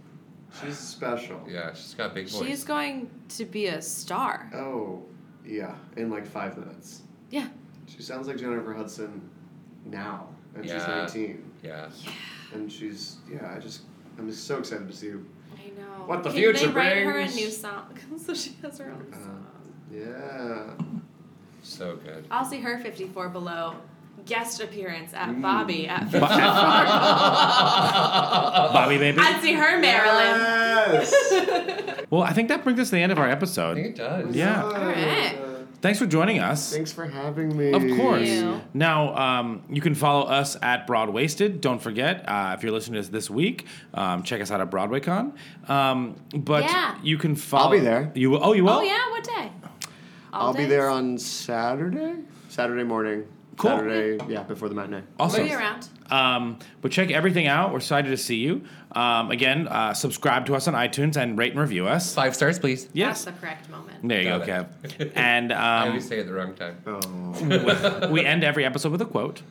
Speaker 6: She's special.
Speaker 9: Yeah, she's got a big
Speaker 10: She's going to be a star.
Speaker 6: Oh, yeah, in like 5 minutes.
Speaker 10: Yeah.
Speaker 6: She sounds like Jennifer Hudson now, and
Speaker 9: Yeah.
Speaker 6: she's 19.
Speaker 9: Yeah.
Speaker 6: And she's yeah, I just I'm just so excited to see
Speaker 10: I know.
Speaker 6: What the
Speaker 10: Can
Speaker 6: future
Speaker 10: they write her a
Speaker 6: brings.
Speaker 10: new song? *laughs* so she has her own song.
Speaker 6: Yeah.
Speaker 9: So good.
Speaker 10: I'll see her 54 below guest appearance at
Speaker 9: Mm.
Speaker 10: Bobby at
Speaker 8: Bo-
Speaker 10: 54.
Speaker 8: Bobby baby.
Speaker 10: I'd see her Marilyn.
Speaker 8: Well, I think that brings us to the end of our episode. I think
Speaker 9: it does.
Speaker 8: Yeah. Thanks for joining us.
Speaker 6: Thanks for having me.
Speaker 8: Of course. Now, um, you can follow us at Broad Wasted. Don't forget, uh, if you're listening to us this week, um, check us out at BroadwayCon. Um, but
Speaker 10: Yeah.
Speaker 8: you can follow.
Speaker 6: I'll be there.
Speaker 8: You will- Oh, you will?
Speaker 10: Oh yeah, what day? All
Speaker 6: I'll be
Speaker 10: days?
Speaker 6: there on Saturday. Saturday morning.
Speaker 8: Cool.
Speaker 6: Saturday, yeah, before the matinee.
Speaker 8: Awesome.
Speaker 10: We'll be around.
Speaker 8: Um, but check everything out. We're excited to see you. Um, again, uh, subscribe to us on iTunes and rate and review us.
Speaker 9: Five stars, please.
Speaker 8: Yes.
Speaker 10: That's the correct moment.
Speaker 8: There you
Speaker 9: Got
Speaker 8: go,
Speaker 9: it. *laughs*
Speaker 8: Kev. And um,
Speaker 9: I always say it at the wrong time.
Speaker 8: we- we end every episode with a quote.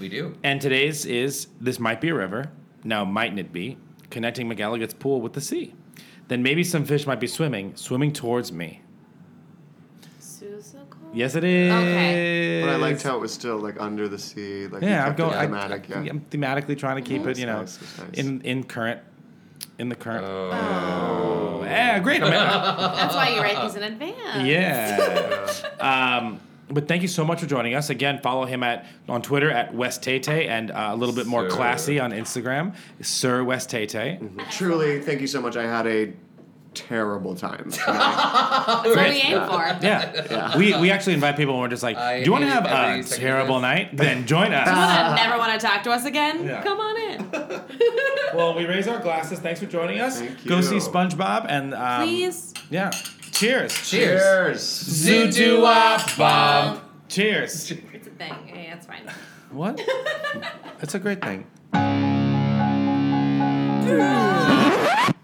Speaker 9: We do.
Speaker 8: And today's is This Might Be a River. Now, mightn't it be? Connecting McGallagher's pool with the sea. Then maybe some fish might be swimming, swimming towards me.
Speaker 10: Suzuka?
Speaker 8: Yes, it is.
Speaker 6: But I liked how it was still like under the sea, like
Speaker 8: yeah, I'm
Speaker 6: you kept it
Speaker 8: going. I,
Speaker 6: thematic. yeah.
Speaker 8: am thematically trying to keep it, you know,
Speaker 6: That's nice, that's nice.
Speaker 8: in in current, in the current. Oh, yeah, great. Amanda.
Speaker 10: That's why you write these in advance.
Speaker 8: *laughs* Yeah. um, but thank you so much for joining us. Again, follow him at on Twitter at West Tete and uh, a little bit more
Speaker 6: Sir. Mm-hmm.
Speaker 8: classy on Instagram, Sir West Tete.
Speaker 6: Truly, thank you so much. I had a terrible
Speaker 8: *laughs*
Speaker 6: time.
Speaker 10: That's what we aim for.
Speaker 8: Yeah. *laughs* We, we actually invite people when we're just like,
Speaker 6: I
Speaker 8: do you want to
Speaker 6: hate
Speaker 8: have
Speaker 6: every
Speaker 8: a
Speaker 6: second of
Speaker 8: terrible night? Then join
Speaker 10: Do you
Speaker 4: *laughs*
Speaker 10: wanna
Speaker 8: us.
Speaker 10: never want to talk to us again?
Speaker 8: Yeah.
Speaker 10: Come on in. *laughs*
Speaker 8: well, we raise our glasses. Thanks for joining us. Go see SpongeBob and. Um,
Speaker 10: Please.
Speaker 8: Yeah. Cheers.
Speaker 9: Cheers.
Speaker 8: Zoodoo-wop, Bob. Cheers.
Speaker 10: It's a thing. Yeah, it's fine.
Speaker 8: What? That's a great thing.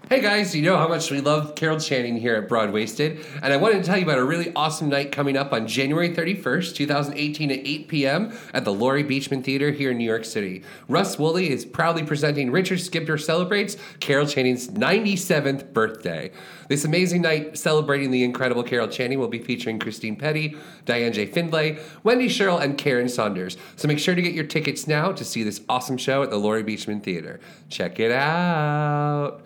Speaker 9: Hey guys, you know how much we love Carol Channing here at Broad Wasted, and I wanted to tell you about a really awesome night coming up on January 31st, 2018 at 8 p.m. at the Laurie Beachman Theater here in New York City. Russ Woolley is proudly presenting Richard Skipper Celebrates Carol Channing's 97th birthday. This amazing night celebrating the incredible Carol Channing will be featuring Christine Petty, Diane J. Findlay, Wendy Sherrill, and Karen Saunders. So make sure to get your tickets now to see this awesome show at the Laurie Beachman Theater. Check it out.